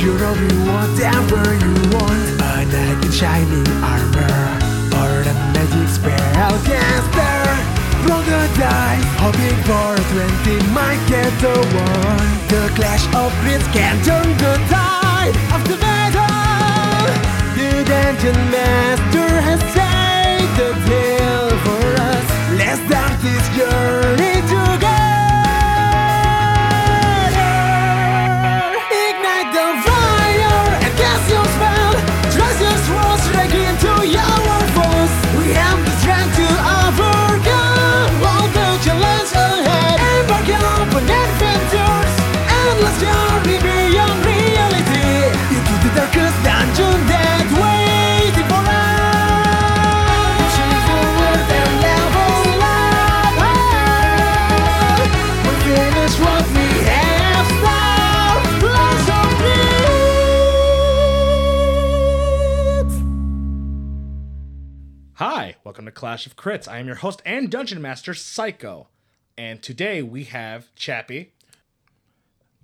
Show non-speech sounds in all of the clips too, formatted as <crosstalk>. You're all you whatever you want A knight in shining armor Or a magic spell caster Roll the die, hoping for a 20 Might get the one The clash of grids can turn the tide Of the battle The dungeon master has saved the tale for us Let's start this journey together Ignite the fire and cast your spell. Trust your swords strike into your foes. We have the strength to overcome all the challenges ahead. Embark on adventures, endless journey beyond reality. Into the darkest dungeon that waiting for us. Pushing forward and level up. We finish what we have started. Blast of it. Hi, welcome to Clash of Crits. I am your host and dungeon master, Psycho. And today we have Chappie.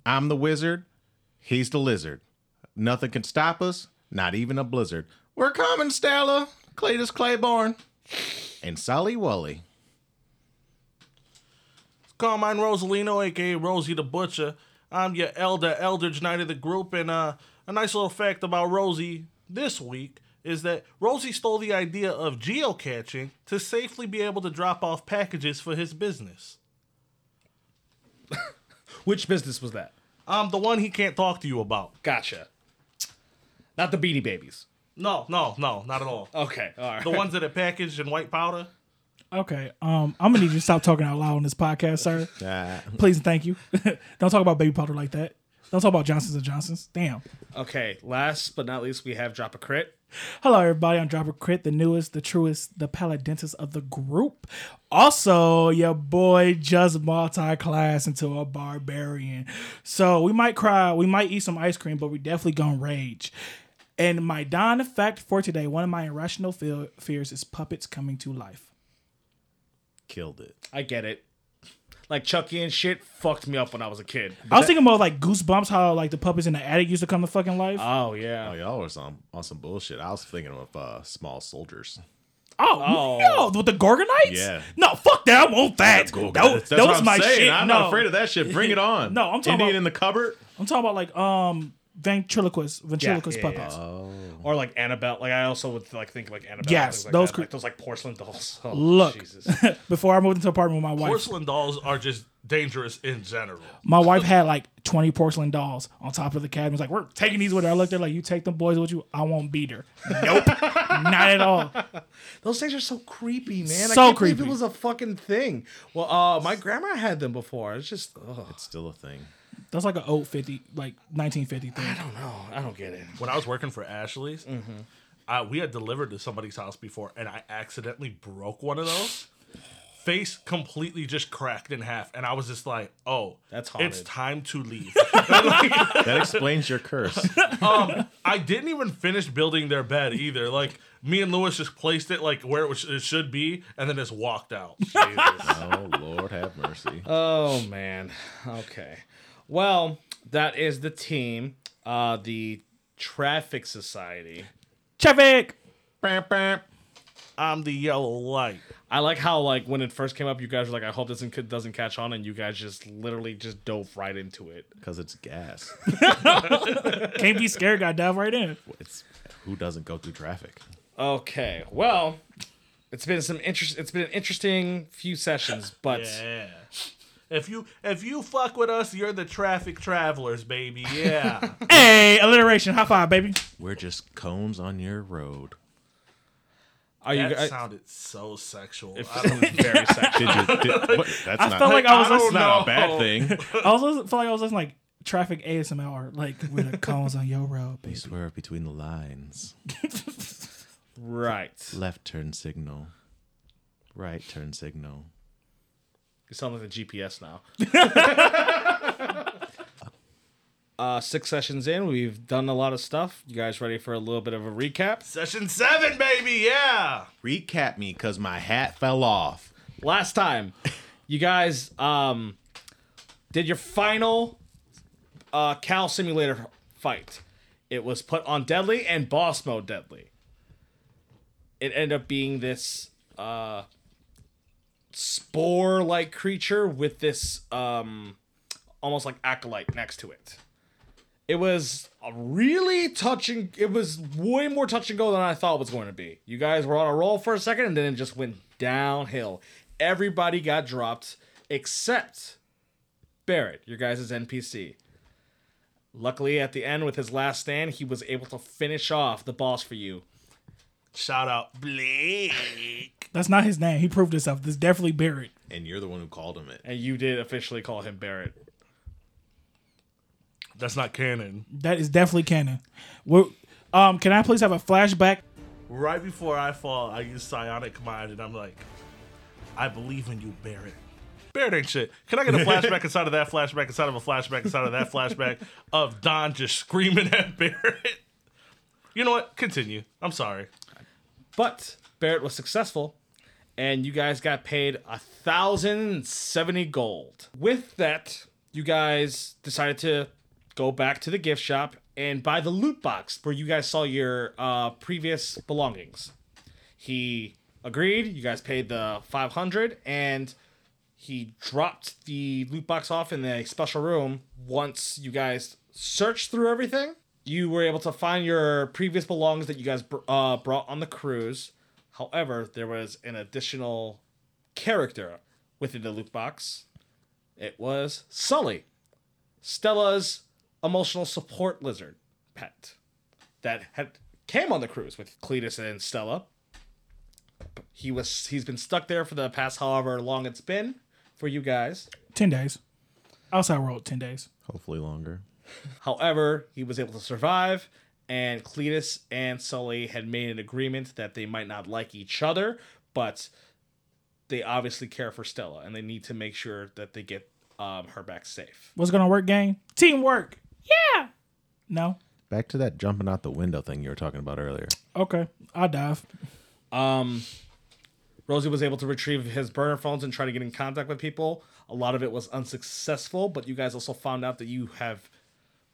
I'm the wizard. He's the lizard. Nothing can stop us, not even a blizzard. We're coming, Stella, Cletus Claiborne, and Solly Wally. Call mine Rosalino, aka Rosie the Butcher. I'm your elder, Eldridge Knight of the group, and uh, a nice little fact about Rosie this week is that Rosie stole the idea of geocaching to safely be able to drop off packages for his business. Which business was that? Um, the one he can't talk to you about. Gotcha. Not the Beanie Babies. No, no, no, not at <laughs> all. Okay, all right. The ones that are packaged in white powder. Okay. Um, I'm gonna need you to stop talking out loud on this podcast, sir. Uh, Please and thank you. <laughs> Don't talk about baby powder like that. Don't talk about Johnsons and Johnsons. Damn. Okay, last but not least, we have Drop a Crit. Hello, everybody. I'm Dropper Crit, the newest, the truest, the paladentist of the group. Also, your boy just multi-class into a barbarian. So we might cry, we might eat some ice cream, but we definitely gonna rage. And my Don fact for today, one of my irrational fe- fears is puppets coming to life. killed it. I get it. Like Chucky and shit fucked me up when I was a kid. Oh. I was thinking more like goosebumps, how like the puppets in the attic used to come to fucking life. Oh, yeah. Oh, y'all were some on some bullshit. I was thinking of uh, small soldiers. Oh, no, with the Gorgonites? Yeah. No, fuck that. I want that. Go, that guys. was, that That's what was I'm my saying. shit. I'm no. not afraid of that shit. Bring it on. No, I'm talking Indian about- in the cupboard. I'm talking about like um ventriloquist ventriloquist yeah, puppets. Or like Annabelle. Like I also would like think like Annabelle. Yes, things like those that. cre- like, those like porcelain dolls. <laughs> Oh, Look. <laughs> Jesus. Before I moved into an apartment with my wife, Porcelain dolls are just dangerous in general. my wife had like 20 porcelain dolls on top of the cabinet. Like, we're taking these with her. I looked at her like, you take them boys with you. I won't beat her. Nope. <laughs> not at all. Those things are so creepy, man. I So can't believe it creepy. was a fucking thing. Well, uh, my grandma had them before. It's just, ugh, It's still a thing. That's like an old 50, like 1950 thing. no, Oh, I don't get it. When I was working for Ashley's, I, we had delivered to somebody's house before, and I accidentally broke one of those. Face completely just cracked in half, and I was just like, "Oh, That's it's haunted. time to leave." <laughs> That explains your curse. um, I didn't even finish building their bed either. Like me and Lewis just placed it like where it, sh- it should be, and then just walked out. <laughs> oh Lord, have mercy. Oh man. Okay. Well, that is the team. Uh, the Traffic Society. Traffic. Bam, bam. <laughs> I'm the yellow light. I like how like when it first came up, you guys were like, "I hope this doesn't doesn't catch on," and you guys just literally just dove right into it. Because it's gas. Can't be scared. Gotta dive right in. It's who doesn't go through traffic? Okay. Well, it's been some interest. It's been an interesting few sessions, but Yeah. If you if you fuck with us, you're the traffic travelers, baby. Yeah. Hey, alliteration. High five, baby. We're just cones on your road. are you that guys? sounded so sexual. It I <laughs> <laughs> don't sounds very sexual. Did you, did, what? That's I not, felt like I was I don't listening. know. "Oh, not a bad thing. I was listening, felt like I was listening like traffic ASMR, like <laughs> with the cones on your road, baby. Swerve between the lines. Right. Left turn signal. Right turn signal. You sound like the GPS now. uh, six sessions in, we've done a lot of stuff. You guys ready for a little bit of a recap? Session seven, baby. Yeah. Recap me because my hat fell off. Last time, you guys um, did your final uh, Cal Simulator fight. It was put on deadly and boss mode deadly. It ended up being this uh, spore like creature with this um, almost like acolyte next to it. It was a really touching. It was way more touch and go than I thought it was going to be. You guys were on a roll for a second, and then it just went downhill. Everybody got dropped except Barrett, your guys' NPC. Luckily, at the end with his last stand, he was able to finish off the boss for you. Shout out Blake. That's not his name. He proved himself. This is definitely Barrett. And you're the one who called him it. And you did officially call him Barrett. That's not canon. That is definitely canon. We're, um, can I please have a flashback? Right before I fall, I use psionic mind, and I'm like, I believe in you, Barrett. Barrett ain't shit. Can I <laughs> get a flashback inside of that flashback inside of a flashback inside of that flashback of Don just screaming at <laughs> Barrett? You know what? Continue. I'm sorry. But Barrett was successful, and you guys got paid a thousand seventy gold. With that, you guys decided to go back to the gift shop and buy the loot box where you guys saw your uh, previous belongings. He agreed. You guys paid the five hundred, and he dropped the loot box off in the special room. Once you guys searched through everything, you were able to find your previous belongings that you guys br- uh, brought on the cruise. However, there was an additional character within the loot box. It was Sully, Stella's emotional support lizard pet that had came on the cruise with Cletus and Stella. He was he's been stuck there for the past however long it's been for you guys. Ten days. Outside world, ten days. Hopefully longer. However, he was able to survive, and Cletus and Sully had made an agreement that they might not like each other, but they obviously care for Stella, and they need to make sure that they get um, her back safe. What's gonna work, gang? Teamwork. Yeah. No. Back to that jumping out the window thing you were talking about earlier. Okay. I dive. Um, Rosie was able to retrieve his burner phones and try to get in contact with people. A lot of it was unsuccessful, but you guys also found out that you have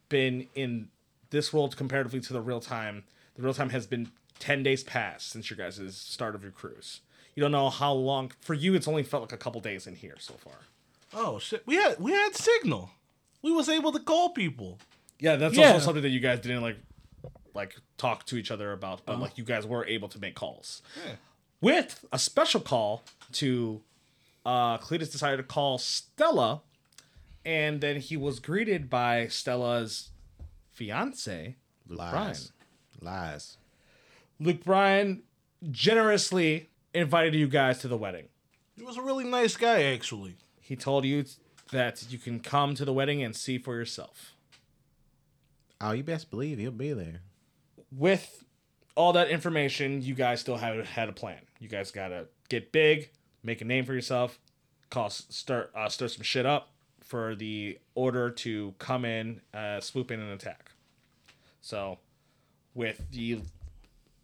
been in this world comparatively to the real time. The real time has been 10 days past since your guys' start of your cruise. You don't know how long. For you, it's only felt like a couple days in here so far. Oh shit. We had we had signal. We was able to call people. Yeah, that's Yeah. also something that you guys didn't like like talk to each other about, but like you guys were able to make calls. With a special call to uh Cletus decided to call Stella and then he was greeted by Stella's fiance, Luke Bryan. Lies. Lies. Luke Bryan generously invited you guys to the wedding. He was a really nice guy actually. He told you that you can come to the wedding and see for yourself. Oh, you best believe he'll be there. with all that information, you guys still haven't had a plan. You guys gotta get big, make a name for yourself, cause stir uh, stir some shit up for the order to come in, uh, swoop in and attack. So, with the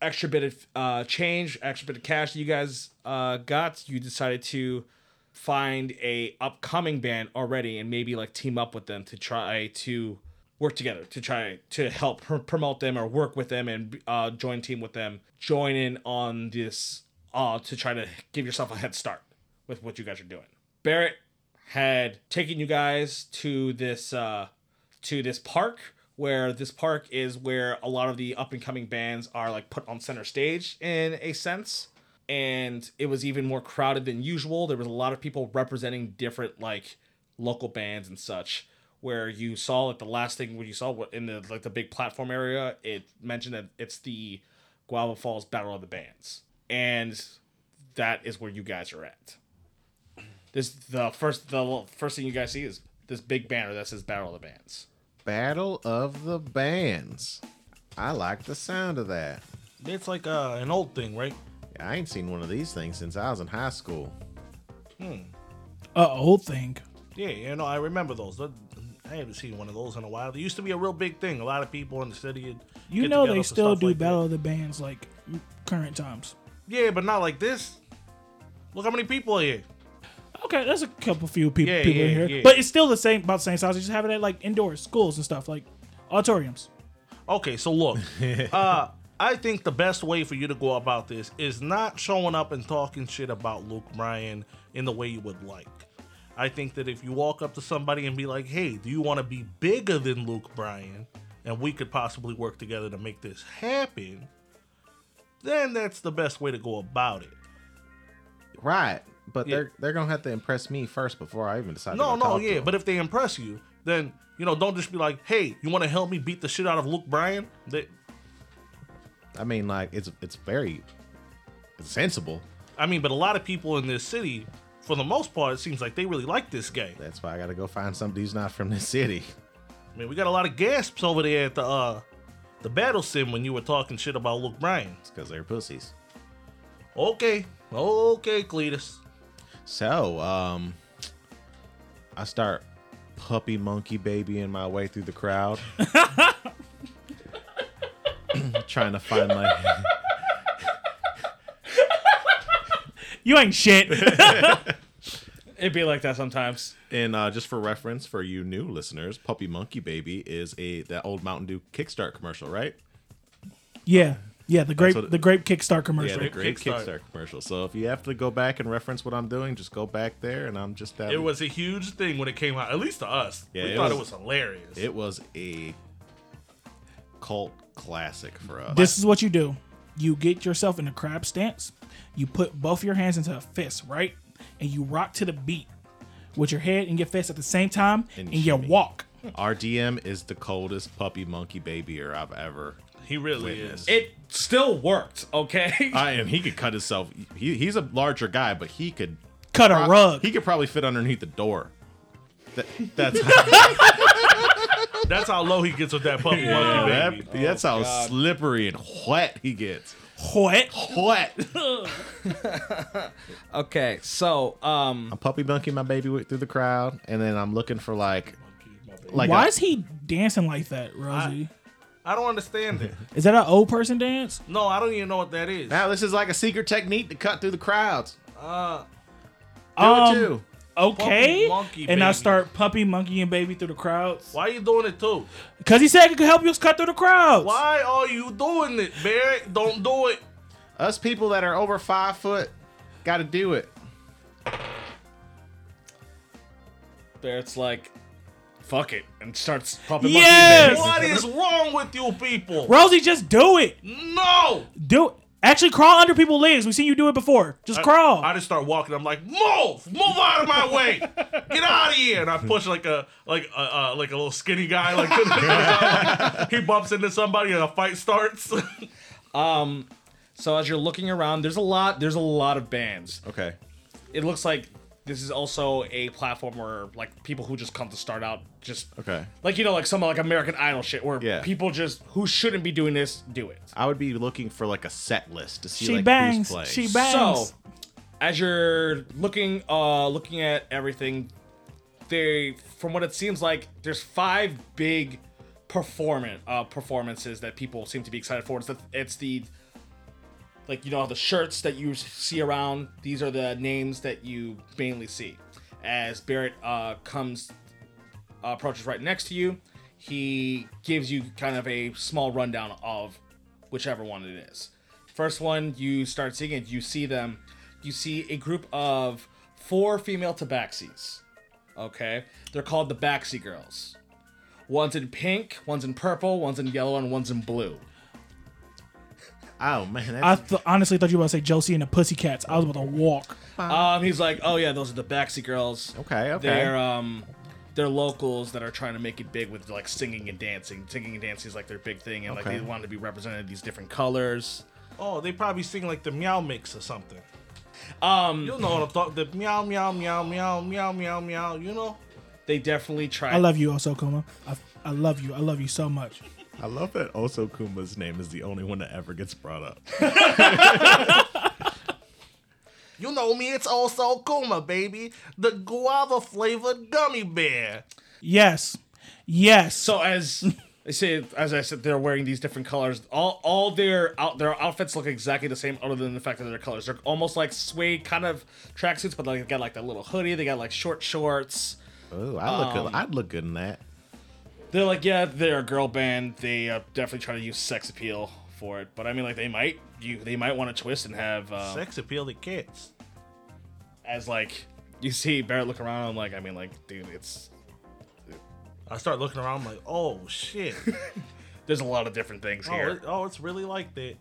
extra bit of uh, change, extra bit of cash that you guys uh, got, you decided to find a upcoming band already and maybe like team up with them to try to work together to try to help pr- promote them or work with them and uh, join team with them join in on this uh, to try to give yourself a head start with what you guys are doing barrett had taken you guys to this uh, to this park where this park is where a lot of the up and coming bands are like put on center stage in a sense and it was even more crowded than usual there was a lot of people representing different like local bands and such where you saw like the last thing when you saw what in the like the big platform area it mentioned that it's the guava falls battle of the bands and that is where you guys are at this the first the first thing you guys see is this big banner that says battle of the bands Battle of the Bands. I like the sound of that. It's like uh, an old thing, right? I ain't seen one of these things since I was in high school. A old thing. Yeah, you know, I remember those. That- I haven't seen one of those in a while. They used to be a real big thing. A lot of people in the city. would You get know together they for still stuff do like that. Battle of the Bands like current times. Yeah, but not like this. Look how many people are here. Okay, that's a couple few people, Yeah, people in yeah, here, yeah. but it's still the same about the same size. You just have it at like indoor schools and stuff like auditoriums. Okay, so look, uh, I think the best way for you to go about this is not showing up and talking shit about Luke Bryan in the way you would like. I think that if you walk up to somebody and be like, "Hey, do you want to be bigger than Luke Bryan?" and we could possibly work together to make this happen, then that's the best way to go about it. Right. But Yeah. they're they're gonna have to impress me first before I even decide. No, to go no, talk to yeah. them. But if they impress you, then you know, don't just be like, "Hey, you want to help me beat the shit out of Luke Bryan?" That I mean, like it's it's very sensible. I mean, but a lot of people in this city, for the most part, it seems like they really like this guy. That's why I gotta go find somebody who's not from this city. <laughs> I mean, we got a lot of gasps over there at the uh the battle sim when you were talking shit about Luke Bryan. It's because they're pussies. Okay, okay, Cletus. So, um, I start puppy monkey babying my way through <laughs> the crowd, <laughs> trying to find my. You ain't <laughs> shit. It'd be like that sometimes. And uh, just for reference, for you new listeners, Puppy Monkey Baby is a that old Mountain Dew Kickstart commercial, right? yeah. Yeah, the grape what- the grape Kickstart Yeah, commercial. the great Kickstart. Kickstart. commercial. So if you have to go back and reference what I'm doing, just go back there, and I'm just that. It was a huge thing when it came out, at least to us. Yeah, we it thought was- it was hilarious. it was a cult classic for us. This is what you do. You get yourself in a crab stance. You put both your hands into a fist, right? And you rock to the beat with your head and your fist at the same time And and, you shimmy. walk. Our DM is the coldest puppy monkey babyer I've ever. he really is. It still worked, okay? I am. He could cut himself. He, he's a larger guy, but he could. Cut a rug. He could probably fit underneath the door. That, that's <laughs> how, That's how low he gets with <laughs> that puppy monkey that- baby. that's how slippery and wet he gets. What? Wet. <laughs> okay, so um I'm puppy monkey my baby with- through the crowd, and then I'm looking for like, like Why a- is he dancing like that, Rosie? I don't understand <laughs> it. is that an old person dance? No, I don't even know what that is. now this is like a secret technique to cut through the crowds. Uh, Do Um, it too. Puppy, Okay. monkey, and I baby. start puppy, monkey, and baby through the crowds. why you doing it too? Because he said it could help you cut through the crowds. Why are you doing it, Barrett? Don't do it. Us people that are over five foot, got to do it. Barrett's like, fuck it, and starts pumping Yes! monkey What is wrong with you people? Rosie, just do it. No! Do it. Actually, crawl under people's legs. We've seen you do it before. Just crawl. I just start walking. I'm like, move, move out of my way, get out of here. And I push like a like a uh, like a little skinny guy. Like <laughs> to the ground. he bumps into somebody and a fight starts. <laughs> So as you're looking around, there's a lot there's a lot of bands. Okay. It looks like this is also a platform where like people who just come to start out just Okay. like you know like some like American Idol shit where Yeah. people just who shouldn't be doing this do it. I would be looking for like a set list to see she like who's bangs. playing. She bangs. So, as you're looking, uh, looking at everything, they, from what it seems like, there's five big performance uh, performances that people seem to be excited for. It's the, it's the like you know the shirts that you see around. These are the names that you mainly see. As Barrett uh, comes uh, approaches right next to you, he gives you kind of a small rundown of whichever one it is. First one you start seeing it, you see them, you see a group of four female tabaxis. Okay, they're called the Baxi Girls. One's in pink, one's in purple, one's in yellow, and one's in blue. Oh man, I that's, th- honestly thought you were about to say Josie and the Pussycats. I was about to walk. Um, he's like, oh yeah, those are the Baxi Girls. okay. Okay. They're um, they're locals that are trying to make it big with like singing and dancing. Singing and dancing is like their big thing, and Okay. like they want to be represented in these different colors. oh, they probably sing like the meow mix or something. Um, you know what I'm talking? The meow meow meow meow meow meow meow. You know. They definitely try. I love you, Osokoma. I, I love you. I love you so much. I love that Oso Kuma's name is the only one that ever gets brought up. You know me, it's also Kuma, baby. The guava flavored gummy bear. Yes. Yes. So as <laughs> I say, as I said, they're wearing these different colors. All all their out their outfits look exactly the same, other than the fact that they're colors. They're almost like suede kind of tracksuits, but like they got like that little hoodie. They got like short shorts. Um, Oh, I look good. I'd look good in that. They're like, yeah, they're a girl band. They uh, definitely try to use sex appeal for it, but I mean, like, they might you they might want to twist and have um, Sex appeal to kids. as like you see Barrett look around. I'm like, I mean, like, dude, it's I start looking around. I'm like, oh <laughs> shit. there's a lot of different things Oh, here. it- oh, it's really like that.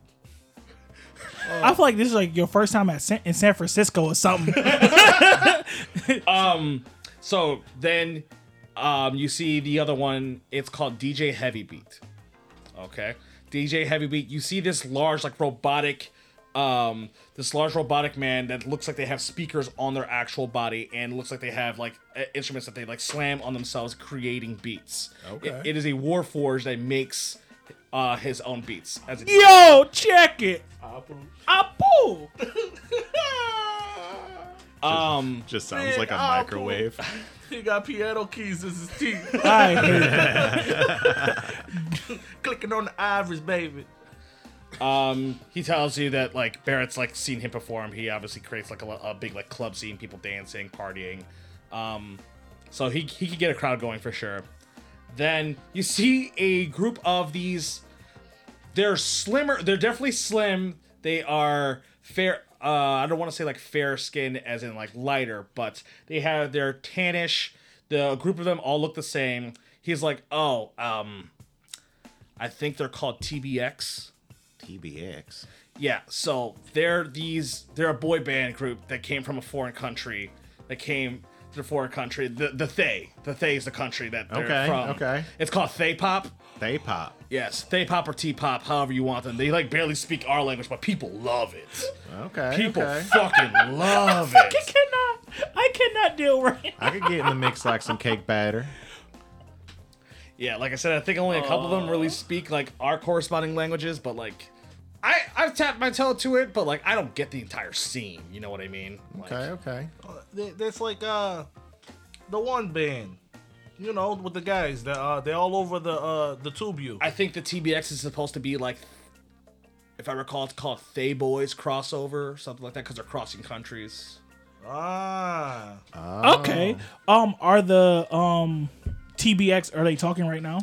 I feel like this is like your first time at San, in San Francisco or something. <laughs> So then um, you see the other one. It's called DJ Heavy Beat. Okay, DJ Heavy Beat. You see this large, like robotic, um, this large robotic man that looks like they have speakers on their actual body and looks like they have like uh, instruments that they like slam on themselves, creating beats. Okay. It- it is a warforge that makes uh, his own beats. As a Yo, check it. Apu. um, Just sounds Big like a apple. oh, microwave. He got piano keys as his teeth, I hate that. <laughs> clicking on the ivories, baby. Um, he tells you that like Barrett's like seen him perform. He obviously creates like a, lo- a big like club scene, people dancing, partying. Um, so he he could get a crowd going for sure. Then you see a group of these. They're slimmer. They're definitely slim. They are fair. Uh, I don't want to say like fair skin as in like lighter, but they have their tannish. The group of them all look the same. He's like, oh, um, I think they're called TBX. TBX. Yeah, so they're these they're a boy band group that came from a foreign country. That came to a foreign country. The the Thay. The Thay is the country that they're Okay, from. okay. It's called Thay Pop. They pop. Yes, Thay Pop or T Pop, however you want them. They like barely speak our language, but people love it. Okay. People okay. fucking love I <laughs> it. cannot. I cannot deal with it. I could get in the mix like some cake batter. Yeah, like I said, I think only a couple of them really speak like our corresponding languages, but like I I've tapped my toe to it, but like I don't get the entire scene. You know what I mean? Like, Okay, okay. Uh, that- That's like uh, the one band, you know, with the guys that uh, they're all over the uh the tube. You I think the TBX is supposed to be like, if I recall, it's called Thay Boys crossover or something like that because they're crossing countries. ah, <laughs> Okay. Um, are the um TBX are they talking right now?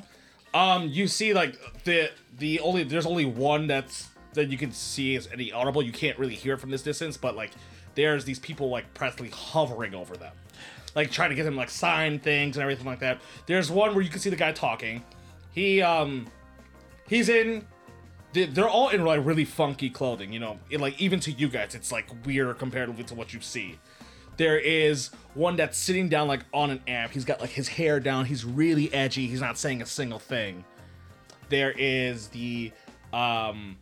Um, you see, like the the only there's only one that's that you can see is any audible. You can't really hear it from this distance, but like there's these people like practically hovering over them, like trying to get them like sign things and everything like that. There's one where you can see the guy talking. He um, he's in. they- They're all in like really funky clothing, you know. It, like even to you guys, it's like weird comparatively to what you see. There is one that's sitting down like on an amp. He's got like his hair down. He's really edgy. He's not saying a single thing. There is the um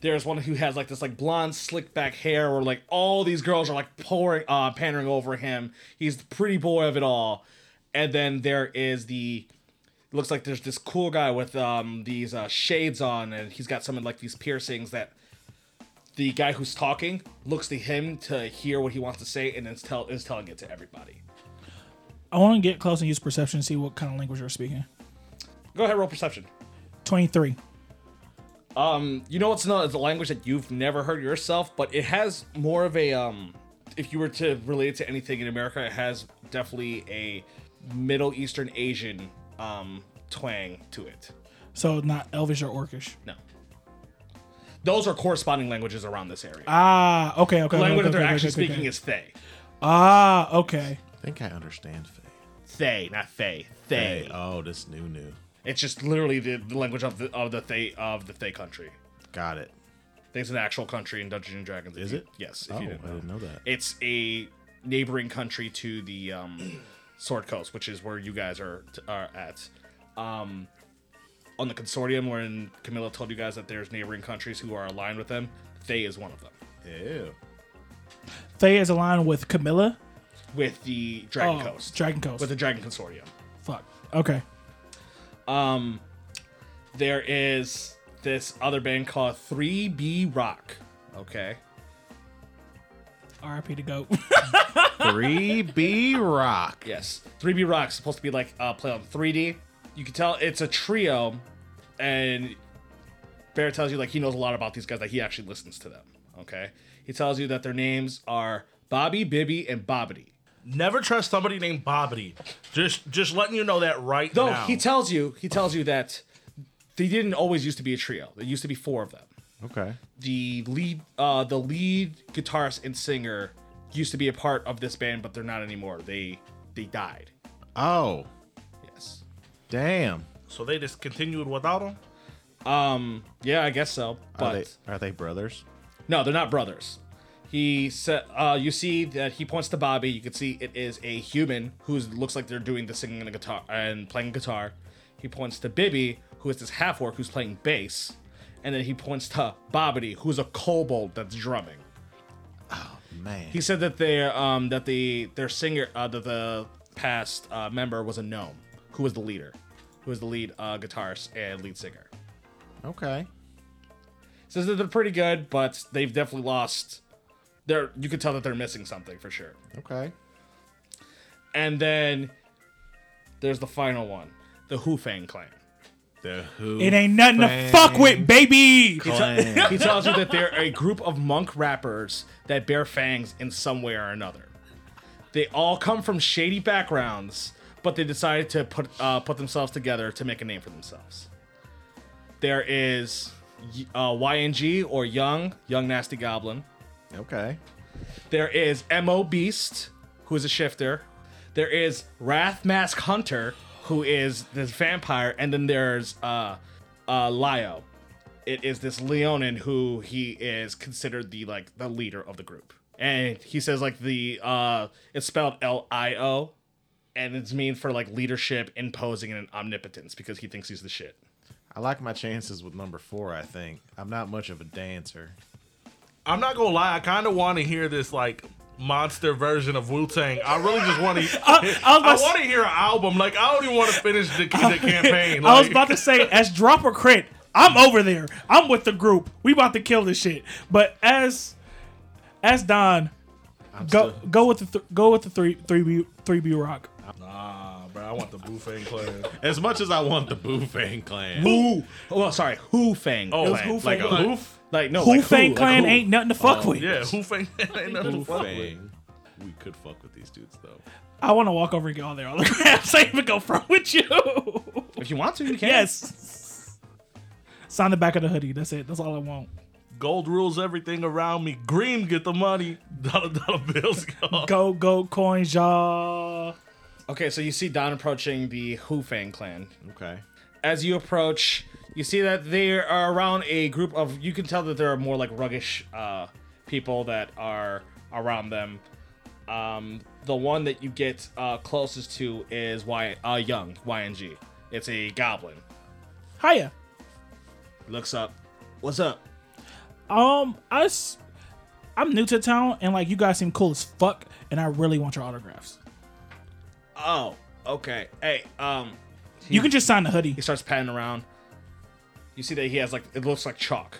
there's one who has like this like blonde slick back hair where like all these girls are like pouring uh pandering over him. He's the pretty boy of it all. And then there is the looks like there's this cool guy with um these uh shades on and he's got some of like these piercings that the guy who's talking looks to him to hear what he wants to say and then is tell is telling it to everybody. I want to get close and use perception and see what kind of language you're speaking. Go ahead, roll perception. Twenty three. You know it's not it's a language that you've never heard yourself, but it has more of a um if you were to relate it to anything in America, it has definitely a Middle Eastern Asian um twang to it. So not Elvish or Orcish. No. Those are corresponding languages around this area. Ah, okay, okay. the language okay, that they're okay, actually okay, okay, speaking okay. is Thay. ah, okay. I think I understand Faye. Thay, not Thay. Thay. Hey, oh, this new new. It's just literally the, the language of the of the Thay of the Thay country. Got it. There's an actual country in Dungeons and Dragons. if Is you- it? Yes. If Oh, you didn't I know. didn't know that. It's a neighboring country to the um, <clears throat> Sword Coast, which is where you guys are, are at. Um, on the consortium, when Camilla told you guys that there's neighboring countries who are aligned with them, Thay is one of them. Ew. Thea is aligned with Camilla. With the Dragon Oh, Coast. Dragon Coast. with the Dragon Consortium. Fuck. Okay. There is this other band called 3B Rock. Okay. R.I.P. to go. <laughs> 3B Rock. Yes. 3B Rock's supposed to be like uh, play on 3D. You can tell it's a trio, and Bear tells you like he knows a lot about these guys, like he actually listens to them. Okay. He tells you that their names are Bobby, Bibby, and Bobbity. Never trust somebody named Bobbity. Just just letting you know that right No, now. he tells you. He tells you that they didn't always used to be a trio. There used to be four of them. Okay. The lead, uh, the lead guitarist and singer used to be a part of this band, but they're not anymore. They they died. Oh, Yes. damn. so they just continued without him. Um. Yeah, I guess so. Are But they, are they brothers? no, they're not brothers. He said. Uh, you see that he points to Bobby. You can see it is a human who looks like they're doing the singing and the guitar and playing guitar. He points to Bibby, who is this half orc who's playing bass, and then he points to Bobbity, who's a kobold that's drumming. Man. He said that their um that the their singer uh that the past uh, member was a gnome who was the leader, who was the lead uh, guitarist and lead singer. Okay. Says that they're pretty good, but they've definitely lost. They're you can tell that they're missing something for sure. Okay. And then there's the final one, the Hufang clan. The <laughs> who? It ain't nothing to fuck with, baby. ain't. <laughs> He tells you that they're a group of monk rappers that bear fangs in some way or another. They all come from shady backgrounds, but they decided to put uh, put themselves together to make a name for themselves. There is uh, YNG or Young Young Nasty Goblin. okay. There is Mo Beast, who is a shifter. There is Wrath Mask Hunter, who is this vampire, and then there's uh, uh, Lio. It is this Leonin who he is considered the like the leader of the group, and he says like the uh, it's spelled L I O, and it's mean for like leadership, imposing, and omnipotence because he thinks he's the shit. I like my chances with number four, I think. I'm not much of a dancer. I'm not gonna lie. I kind of want to hear this like monster version of Wu Tang. I really just <laughs> want to. I, I was about to- want to hear an album. Like I don't even want to finish the, the campaign. <laughs> I was like- about to say, as drop or crit, I'm over there. I'm with the group. We about to kill this shit. But as as Don, go still- go with the th- go with the three three B three B rock. Nah, bro. I want the Wu Tang clan. As much as I want the Boo Fang clan. Who? Well, sorry, Who Fang? Oh, clan. Hu like Fang a clan. hoof? Like no, Who like Fang like Clan who. ain't nothing to fuck with. Yeah, Wu Fang <laughs> ain't nothing to Boo fuck with. Fang. We could fuck with these dudes, though. I want to walk over and get all <laughs> their autographs. I even go front with you. If you want to, you can. yes. Sign the back of the hoodie. That's it. That's all I want. Gold rules everything around me. Green get the money. <laughs> Dollar dollar bills. Go. Go go coins, y'all. Okay, so you see Don approaching the Hu Fang clan. <laughs> Okay. As you approach, you see that they are around a group of. You can tell that there are more like ruggish uh, people that are around them. Um, the one that you get uh, closest to is y, uh, Young YNG. It's a goblin. Hiya. Looks up. What's up? Um, us, I'm new to town, and like you guys seem cool as fuck, and I really want your autographs. Oh, okay. Hey, um, You can just sign the hoodie. he starts patting around. You see that he has like it looks like chalk.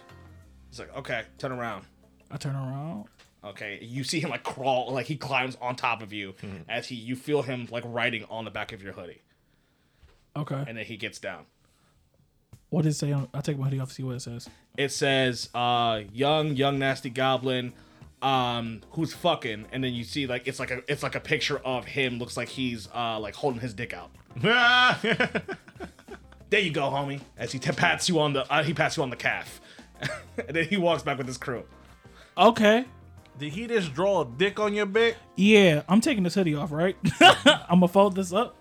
He's like, okay, turn around. I turn around. Okay, you see him like crawl, like he climbs on top of you as he you feel him like riding on the back of your hoodie, Okay. and then he gets down. What does it say? on- I take my hoodie off to see what it says. It says, uh, "Young, young, nasty goblin, um, who's fucking," and then you see like it's like a it's like a picture of him. Looks like he's uh like holding his dick out. There you go, homie. As he t- pats you on the uh, he pats you on the calf, <laughs> and then he walks back with his crew. Okay. Did he just draw a dick on your back? Yeah, I'm taking this hoodie off, right? <laughs> I'm gonna fold this up.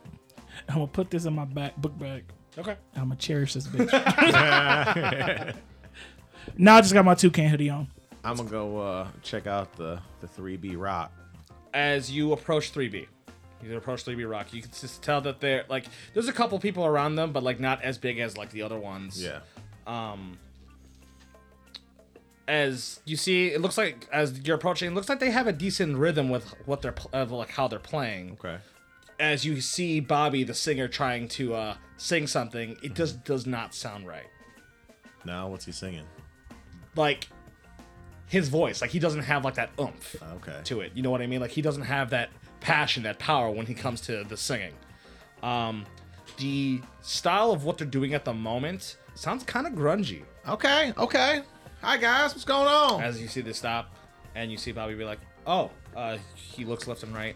I'm gonna put this in my back book bag. Okay. And I'm gonna cherish this bitch. now I just got my toucan hoodie on. I'm going to go uh, check out the, the 3B Rock. as you approach 3B. You approach 3B Rock. You can just tell that they're like there's a couple people around them, but like not as big as like the other ones. Yeah. As you see, it looks like as you're approaching, it looks like they have a decent rhythm with what they're pl- of like how they're playing. Okay. As you see Bobby the singer trying to uh sing something, it just does not sound right. Now, what's he singing? Like his voice, like he doesn't have like that oomph Okay. to it. You know what I mean? Like he doesn't have that passion, that power when he comes to the singing. Um, the style of what they're doing at the moment sounds kind of grungy. Okay. Okay. Hi, guys. What's going on? As you see this stop, and you see Bobby be like, "Oh," uh, he looks left and right.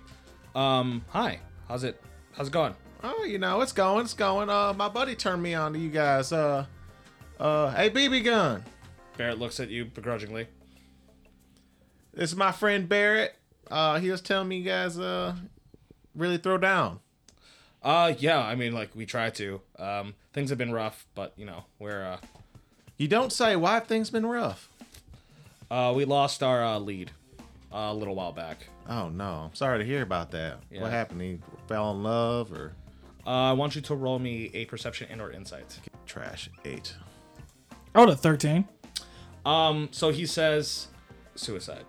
Um, hi. How's it? How's it going? Oh, you know, it's going, it's going. Uh, my buddy turned me on to you guys. Uh, uh, hey, BB Gun, Barrett looks at you begrudgingly. this is my friend Barrett. Uh, he was telling me you guys uh really throw down. Uh, yeah. I mean, like we try to. Um, things have been rough, but you know, we're uh, You don't say. Why have things been rough? Uh, we lost our uh, lead uh, a little while back. Oh no, I'm sorry to hear about that. Yeah. What happened? He fell in love or Uh, I want you to roll me a perception and/or insight. trash eight. I rolled a 13. Um, so he says suicide.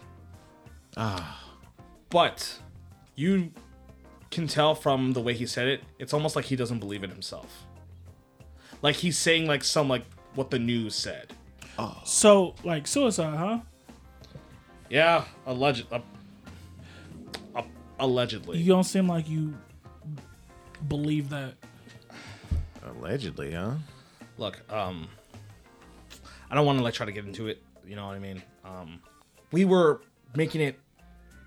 Ah. But you can tell from the way he said it, it's almost like he doesn't believe it himself. Like he's saying like some like what the news said. So, like, suicide, huh? Yeah, alleged, uh, uh, allegedly. You don't seem like you believe that. Allegedly, huh? look um i don't want to like try to get into it you know what i mean um we were making it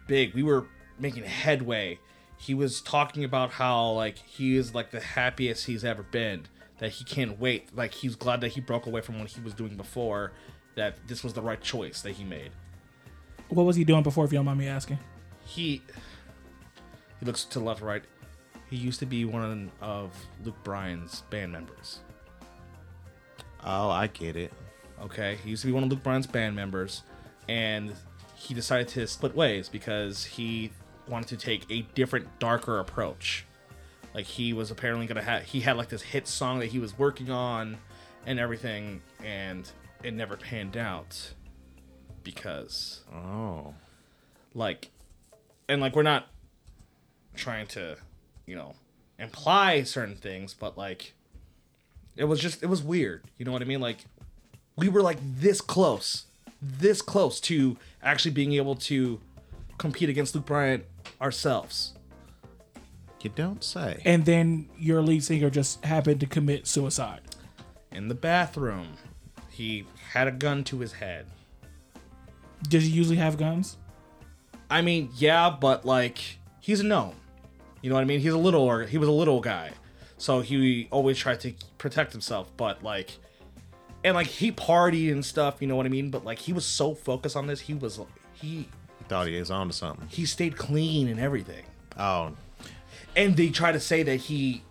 big we were making headway he was talking about how like he is like the happiest he's ever been that he can't wait like he's glad that he broke away from what he was doing before that this was the right choice that he made What was he doing before, if you don't mind me asking? he he looks to the left right he used to be one of luke bryan's band members Oh, I get it. okay? He used to be one of Luke Bryan's band members, and he decided to split ways because he wanted to take a different, darker approach. Like he was apparently gonna have, he had like this hit song that he was working on, and everything, and it never panned out because Oh, like and like we're not trying to you know imply certain things but like it was just it was weird you know what i mean like we were like this close this close to actually being able to compete against luke bryant ourselves you don't say. And then your lead singer just happened to commit suicide. in the bathroom he had a gun to his head Does he usually have guns? I mean, yeah, but like he's a gnome. You know what I mean? He's a little or he was a little guy. So he always tried to protect himself, but like and like he partied and stuff, you know what I mean? But like he was so focused on this, he was he Thought he was onto something. he stayed clean and everything. Oh, And they try to say that he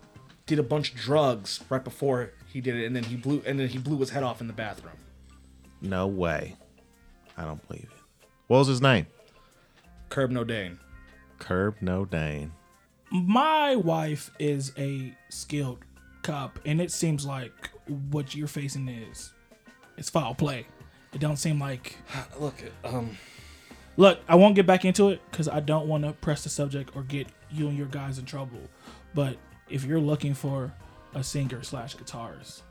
did a bunch of drugs right before he did it and then he blew and then he blew his head off in the bathroom. no way. I don't believe it. What was his name? Curb no Dane. Curb No Dane. My wife is a skilled cop, and it seems like what you're facing is it's foul play. It don't seem like <sighs> Look, um Look, I won't get back into it because I don't want to press the subject or get you and your guys in trouble. But if you're looking for a singer slash guitarist,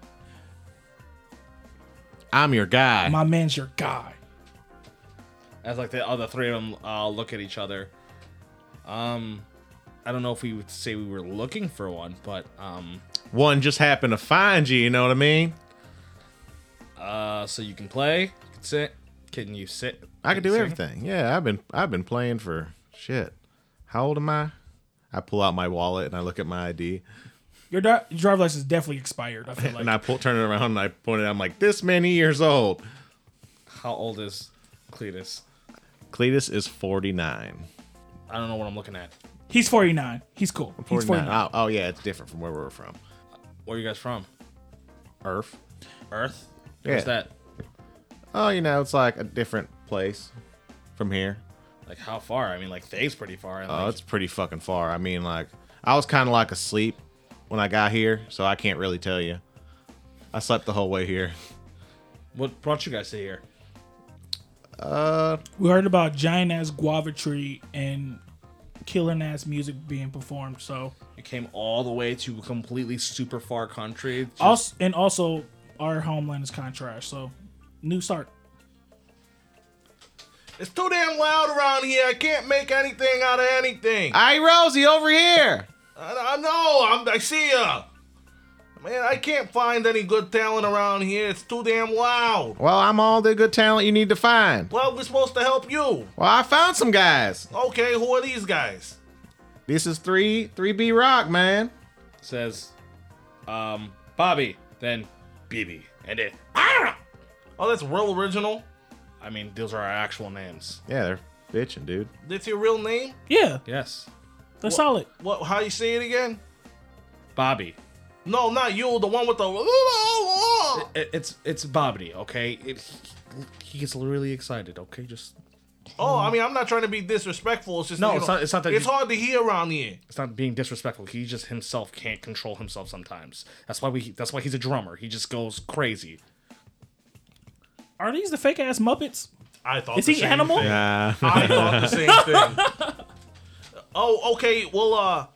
I'm your guy. my man's your guy. as like the other three of them uh, look at each other. Um, I don't know if we would say we were looking for one, but um, One just happened to find you. You know what I mean? uh, so you can play, you can sit, can you sit? I can do sing? everything. Yeah, I've been I've been playing for shit. How old am I? I pull out my wallet and I look at my ID Your dri- your driver's license is definitely <laughs> expired. I feel like and I pull turn it around and I point it. out, I'm like this many years old. How old is Cletus? Cletus is 49. I don't know what I'm looking at. he's 49. He's cool. He's 49. Ah. 49. Oh, oh yeah, it's different from where we were from. Where are you guys from? Earth. Earth? Yeah. What's that? Oh, you know, it's like a different place from here. Like how far? I mean, like Thay's pretty far. and, Oh, like, it's pretty fucking far. I mean, like, I was kind of like asleep when I got here, so I can't really tell you. I slept the whole way here. what brought you guys to here? We heard about giant ass guava tree and killing ass music being performed. So You came all the way to a completely super far country. Just- also and also our homeland is kind of trash. So new start. It's too damn loud around here. I can't make anything out of anything. I, Hey, Rosie, over here. I know. I'm, I see ya. Man, I can't find any good talent around here. It's too damn loud. Well, I'm all the good talent you need to find. Well, we're supposed to help you. Well, I found some guys. Okay, who are these guys? This is three three B Rock, man. says, um, Bobby, then BB, and it. Oh, that's real original. I mean, those are our actual names. Yeah, they're bitching, dude. That's your real name. Yeah, Yes, that's solid. What? How you say it again? Bobby. No, not you. The one with the. It, it's it's Bobby, okay? It, he, he gets really excited, okay? Just Oh, I mean, I'm not trying to be disrespectful. It's just No, you it's know, not- it's not that It's you- hard to hear around here. it's not being disrespectful. He just himself can't control himself sometimes. That's why we. That's why he's a drummer. He just goes crazy. Are these the fake ass Muppets? I thought. Is the he same animal? thing. Nah. I thought the same <laughs> thing. Oh, okay. Well, uh,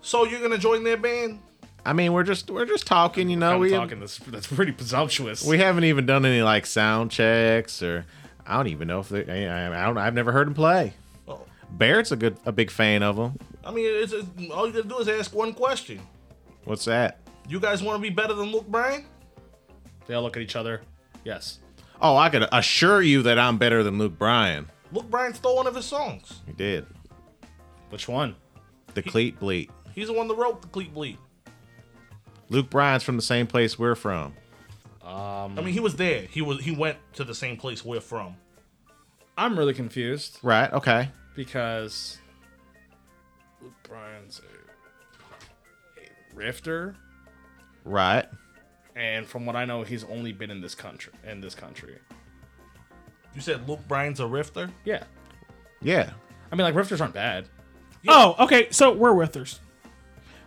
so you're gonna join their band? I mean, we're just we're just talking, you know. I'm We talking this. That's pretty presumptuous. we haven't even done any like sound checks or I don't even know if they. I I don't. I've never heard him play. Oh, Barrett's a good a big fan of him. I mean, it's, it's all you gotta do is ask one question. What's that? You guys want to be better than Luke Bryan? they all look at each other. Yes. Oh, I could assure you that I'm better than Luke Bryan. Luke Bryan stole one of his songs. He did. Which one? The cleat bleat. He's the one that wrote the Cleat Bleed. Luke Bryan's from the same place we're from. I mean, he was there. He was. He went to the same place we're from. I'm really confused Right. Okay. because Luke Bryan's a, a rifter, Right. and from what I know, he's only been in this country. In this country, You said Luke Bryan's a rifter. yeah. Yeah. I mean, like rifters aren't bad. Oh, okay. So we're Rifters.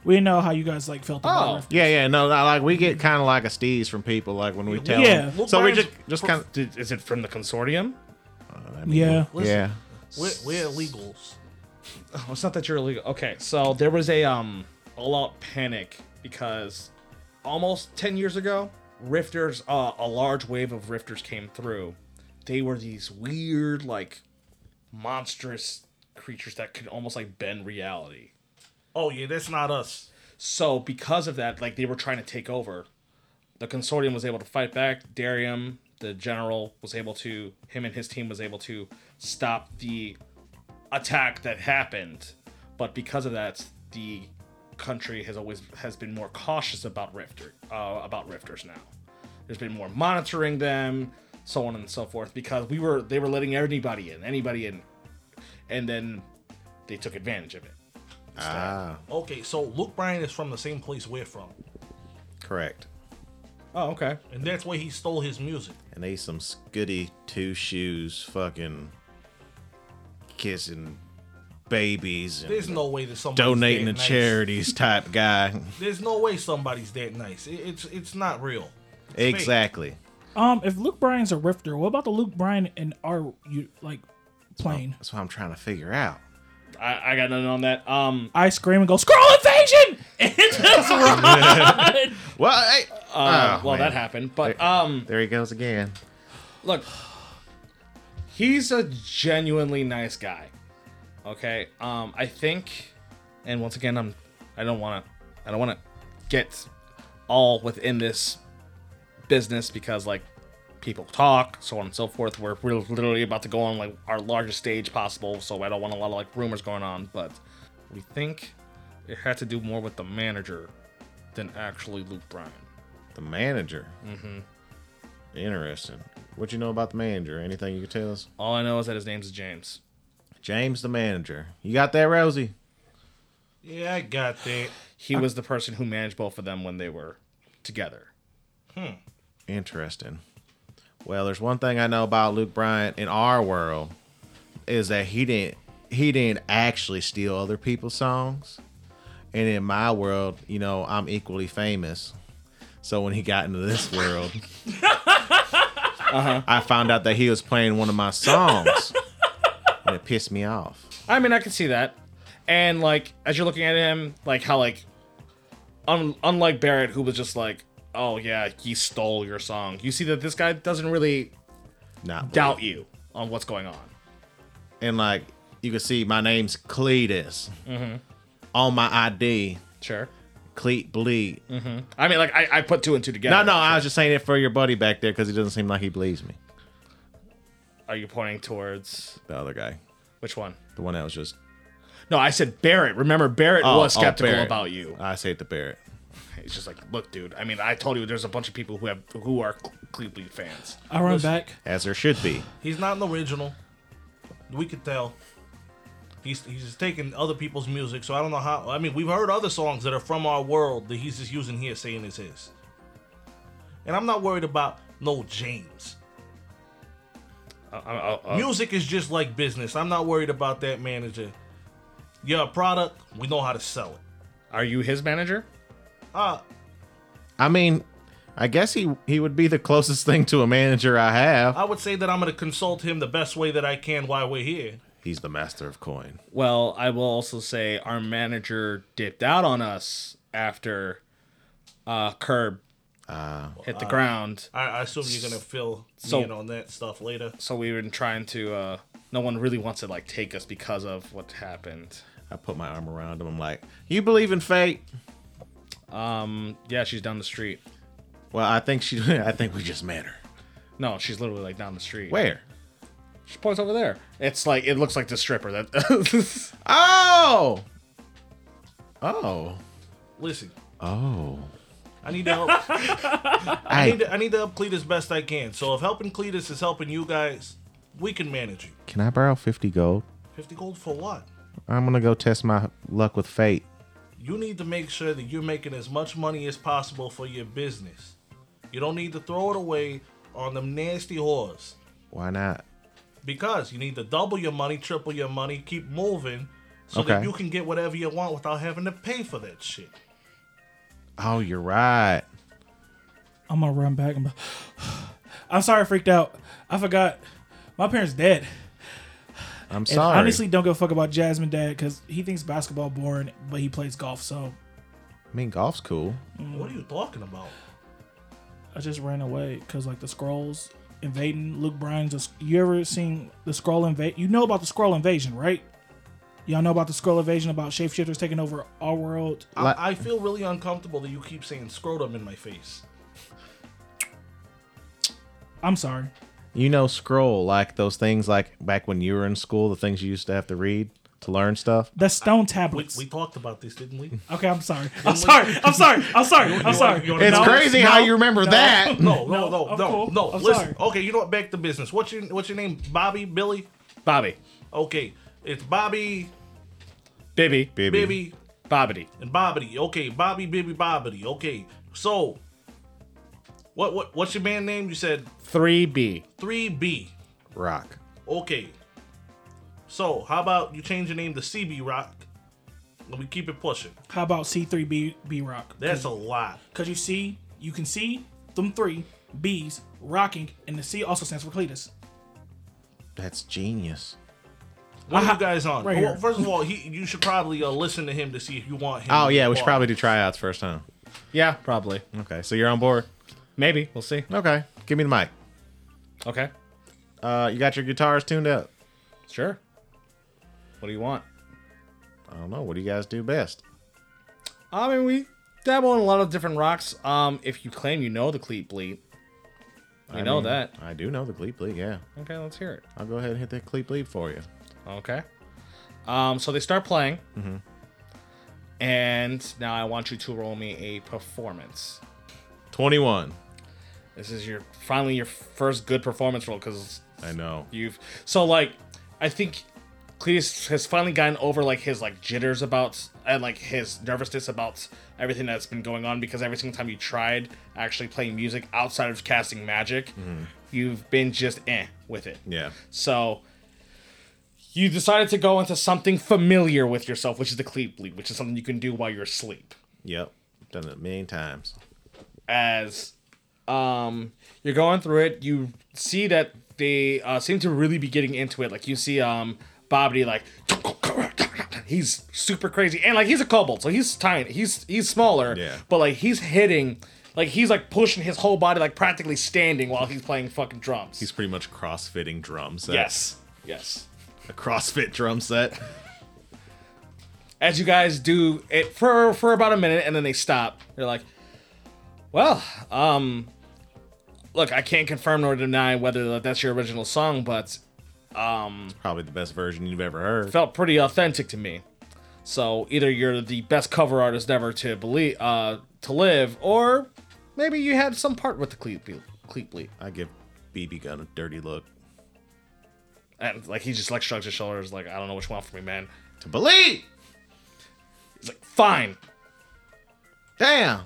We know how you guys like felt about Oh. Rifters. Yeah. Yeah. No. no, Like we get kind of like a steeze from people. Like when we tell. Yeah. Them. Luke So we Bryan's just just kind of. Did, is it from the consortium? Yeah. Listen, Yeah. We're, we're illegals. Oh, it's not that you're illegal. Okay, so there was a um all-out panic because almost ten years ago, rifters, uh, a large wave of rifters came through. They were these weird, like, monstrous creatures that could almost like bend reality. Oh yeah, that's not us. So because of that, like they were trying to take over. The consortium was able to fight back. Darium, the general, was able to him and his team was able to stop the attack that happened. But because of that, the country has always has been more cautious about rifter uh, about rifters now. There's been more monitoring them, so on and so forth, because we were they were letting anybody in, anybody in, and then they took advantage of it. Ah. Okay, so Luke Bryan is from the same place we're from, Correct. Oh, okay. and that's where he stole his music. And they some scuddy two shoes fucking kissing babies and There's no way that somebody's donating to that nice. charities type guy. There's no way somebody's that nice. It, it's it's not real. It's fake. exactly. Um, if Luke Bryan's a Rifter, what about the Luke Bryan and our you like Oh. plane? That's what I'm trying to figure out. I, I got nothing on that. Um, I scream and go, Scroll invasion! <laughs> And <laughs> just run. Well, hey, uh, Oh, well, man. that happened, but um, there he goes again. look, he's a genuinely nice guy. Okay, um, I think, and once again, I'm, I don't want to, I don't want to get all within this business because like people talk, so on and so forth. We're, we're literally about to go on like our largest stage possible, so I don't want a lot of like rumors going on. But we think it had to do more with the manager than actually Luke Bryan. The manager. Mm-hmm. Interesting. What you know about the manager? Anything you can tell us? All I know is that his name's James. James, the manager. You got that, Rosie? Yeah, I got that. He was the person who managed both of them when they were together. Interesting. Well, there's one thing I know about Luke Bryant in our world is that he didn't he didn't actually steal other people's songs. And in my world, you know, I'm equally famous. So when he got into this world, I found out that he was playing one of my songs. and it pissed me off. I mean, I can see that. And like as you're looking at him, like how like un- unlike Barrett who was just like, "Oh yeah, he stole your song." You see that this guy doesn't really Not doubt you on what's going on. and like you can see my name's Cletus on my ID, Sure. Cleat Bleed. I mean, like I, I put two and two together. No, no, I was just saying it for your buddy back there because he doesn't seem like he believes me. Are you pointing towards The other guy, which one? the one that was just No, I said Barrett. Remember, Barrett Oh, was oh, skeptical Barrett. about you. I said the Barrett. It's just like, look, dude. I mean, I told you there's a bunch of people who have who are Cle- Cleveland fans. I run back. As there should be. He's not an original. We could tell. He's he's just taking other people's music, so I don't know how. I mean, we've heard other songs that are from our world that he's just using here, saying is his. And I'm not worried about no James. Uh, uh, uh, Music is just like business. I'm not worried about that manager. You're a product. We know how to sell it. are you his manager? Uh, I mean, I guess he he would be the closest thing to a manager I have. I would say that I'm gonna consult him the best way that I can while we're here. He's the master of coin. Well, I will also say our manager dipped out on us after uh, Curb hit the ground. I, I assume you're gonna fill So- me in on that stuff later. So we've been trying to. Uh, no one really wants to like take us because of what happened. I put my arm around him. I'm like, you believe in fate? Yeah, she's down the street. Well, I think she. <laughs> I think we just met her. No, she's literally like down the street. Where? She points over there. It's like it looks like the stripper that <laughs> Oh. Oh. Listen, Oh. I need to help. I need Hey, to, I need to help Cletus best I can. So if helping Cletus is helping you guys, we can manage you. can I borrow fifty gold? Fifty gold for what? I'm gonna go test my luck with fate. You need to make sure that you're making as much money as possible for your business. You don't need to throw it away on them nasty whores Why not? because you need to double your money, triple your money, keep moving, so that Okay. you can get whatever you want without having to pay for that shit. Oh, you're right. I'm gonna run back. I'm, <sighs> I'm sorry, I freaked out. I forgot. My parents dead. I'm And sorry. honestly, don't give a fuck about Jasmine dad because he thinks basketball boring, but he plays golf. So I mean, golf's cool. What are you talking about? I just ran away because like the scrolls invading Luke Bryan's. Just, you ever seen the scroll invade? You know about the scroll invasion, right? Y'all know about the scroll invasion about shapeshifters taking over our world. Like- I, I feel really uncomfortable that you keep saying scrotum in my face. I'm sorry. You know, scroll like those things like back when you were in school, the things you used to have to read to learn stuff. The stone We, tablets. we talked about this, didn't <laughs> we? okay, I'm sorry. I'm sorry. I'm sorry. I'm sorry. I'm sorry. you wanna- It's No, crazy how you <laughs> remember that. No, no, No, no, I'm no, cool. no. I'm Listen, sorry. okay, you know what? Back to business. What's your what's your name? Bobby, Billy. Bobby, Okay, it's Bobby, Bibby, Baby. Bibby, Bobbity. and Bobbity. Okay, Bobby, Bibby, Bobbity. Okay, so what what what's your band name? You said Three B. three B. Rock. Okay, so how about you change your name to CB Rock, and we keep it pushing. How about C3B B Rock? That's a lot. Cause you see, you can see them three B's rocking, and the C also stands for Cletus. That's genius. What are you guys on? Right well, here. first of all, he you should probably uh, listen to him to see if you want him. Oh to be yeah, we part. should probably do tryouts first time. Yeah, probably. Okay, so you're on board. Maybe we'll see. Okay, give me the mic. Okay, Uh, you got your guitars tuned up. sure. What do you want? I don't know. What do you guys do best? I mean, we dabble in a lot of different rocks. Um, if you claim you know the cleat bleat, we I know mean, that. I do know the Gleep Bleep. Yeah, Okay, let's hear it. I'll go ahead and hit that Gleep Bleep for you. Okay. Um, so they start playing, and now I want you to roll me a performance. Twenty-one. This is your finally your first good performance roll because I know. you've so like I think Cletus has finally gotten over like his like jitters about and like his nervousness about everything that's been going on because every single time you tried actually playing music outside of casting magic, you've been just eh with it. Yeah. So you decided to go into something familiar with yourself, which is the cleat bleed, which is something you can do while you're asleep. Yep. Done it a million times. As um, you're going through it, you see that they uh, seem to really be getting into it. Like you see um, Bobby like he's super crazy and like he's a kobold, so he's tiny, he's he's smaller, Yeah. but like he's hitting. Like he's like pushing his whole body, like practically standing while he's playing fucking drums. He's pretty much crossfitting drum set. yes, yes. A CrossFit drum set. as you guys do it for for about a minute and then they stop they're like well um look i can't confirm nor deny whether that's your original song but Probably the best version you've ever heard. felt pretty authentic to me. So either you're the best cover artist ever to believe uh, to live, or maybe you had some part with the Cleat Ble- Cleat Bleat. I give BB Gun a dirty look. And like he just like shrugs his shoulders, like I don't know which one for me, man. To believe, He's like, fine, damn.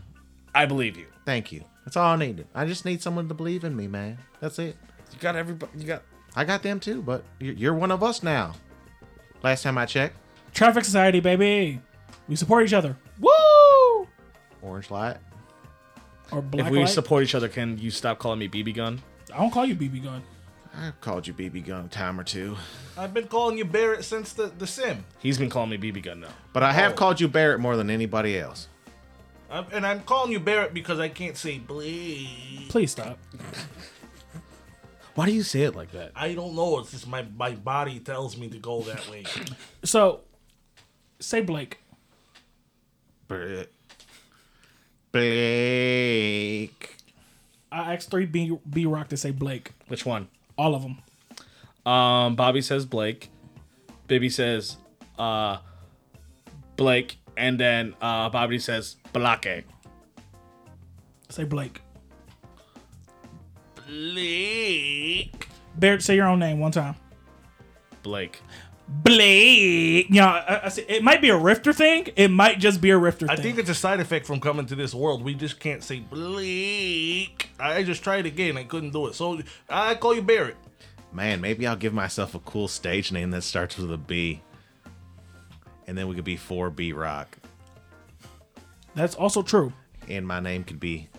I believe you. Thank you. That's all I needed. I just need someone to believe in me, man. That's it. You got everybody. You got I got them too, but you- you're one of us now. Last time I checked, Traffic Society, baby. We support each other. woo. orange light. Or black if we light. support each other, can you stop calling me BB Gun? I don't call you BB gun. I called you BB Gun a time or two, I've been calling you Barrett since the, the sim. He's been calling me BB Gun now. but I have called you Barrett more than anybody else. I'm, and I'm calling you Barrett because I can't say bleed. Please stop. Why do you say it like that? I don't know. It's just my, my body tells me to go that way. So, say Blake. Barrett. Blake. I asked three B B Rock to say Blake. Which one? All of them. Um, Bobby says Blake. Bibby says uh, Blake, and then uh, Bobby says Blake. Say Blake. Bleak. Barrett, say your own name one time. Blake. Blake. Yeah, I, I see- it might be a Rifter thing. It might just be a Rifter I thing. think it's a side effect from coming to this world. We just can't say bleak. I just tried again. I couldn't do it. So I call you Barrett. Man, maybe I'll give myself a cool stage name that starts with a B. And then we could be 4B Rock. That's also true. And my name could be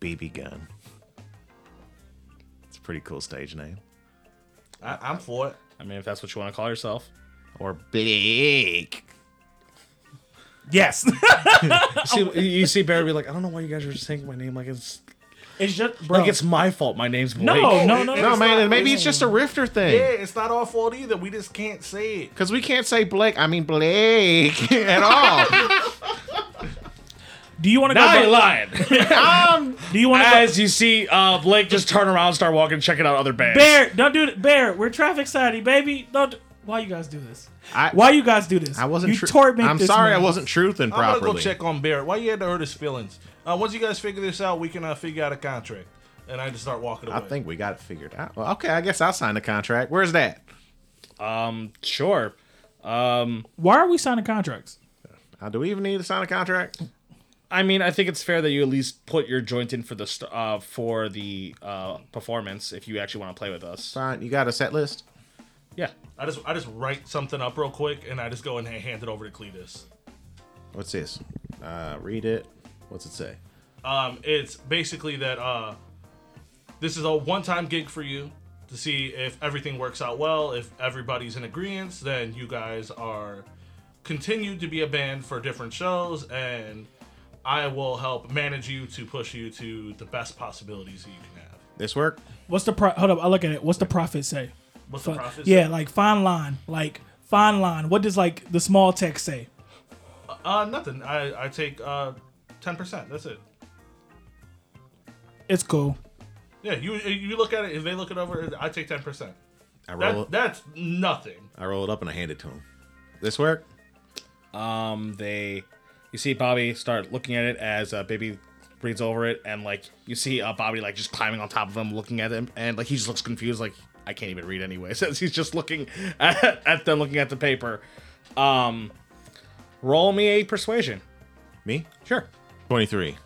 BB Gun. It's a pretty cool stage name. I, I'm for it. I mean, if that's what you want to call yourself. Or Blake. Yes. <laughs> You Oh. see, you see Barry be like, I don't know why you guys are saying my name like it's it's just bro. like it's my fault. My name's Blake. no, no, no, no, No, man, not- and maybe it's just a rifter Yeah, thing. it's not our fault either. We just can't say it. Because we can't say Blake, I mean Blake <laughs> <laughs> at all. Do you want to go? Now back- you're lying. <laughs> um, Do you want to go? As you see, uh, Blake just turn around, start walking, checking out other bands. Barrett, don't do it. Barrett, we're traffic society, baby. Don't. Do- why you guys do this? I, Why you guys do this? I wasn't You tru- torment I'm this sorry man. I wasn't truthing I'm properly. gonna go check on Barrett. Why you had to hurt his feelings? Uh, once you guys figure this out, we can uh, figure out a contract. And I just start walking away. I think we got it figured out. Well, okay, I guess I'll sign the contract. Where's that? Sure. Why are we signing contracts? Uh, do we even need to sign a contract? I mean, I think it's fair that you at least put your joint in for the st- uh, for the uh, performance if you actually want to play with us. Fine, you got a set list? Yeah. I just I just write something up real quick and I just go and ha- hand it over to Cletus. What's this? Uh, read it. What's it say? Um, it's basically that uh, this is a one-time gig for you to see if everything works out well. If everybody's in agreement, then you guys are continued to be a band for different shows, and I will help manage you to push you to the best possibilities that you can have. This work? What's the pro- hold up? I look at it. What's the profit say? What's Fi- the process? yeah, like fine line, like fine line. What does like the small text say? Uh, nothing. I I take uh, ten percent. That's it. It's cool. Yeah, you you look at it. If they look it over, I take ten percent. I roll That it. that's nothing. I roll it up and I hand it to him. This work? Um, they, you see Bobby start looking at it as uh, Baby reads over it, and like you see uh, Bobby like just climbing on top of him, looking at him, and like he just looks confused, like I can't even read anyway, <laughs> since he's just looking at, at them, looking at the paper. Um, roll me a persuasion. Me? Sure. 23.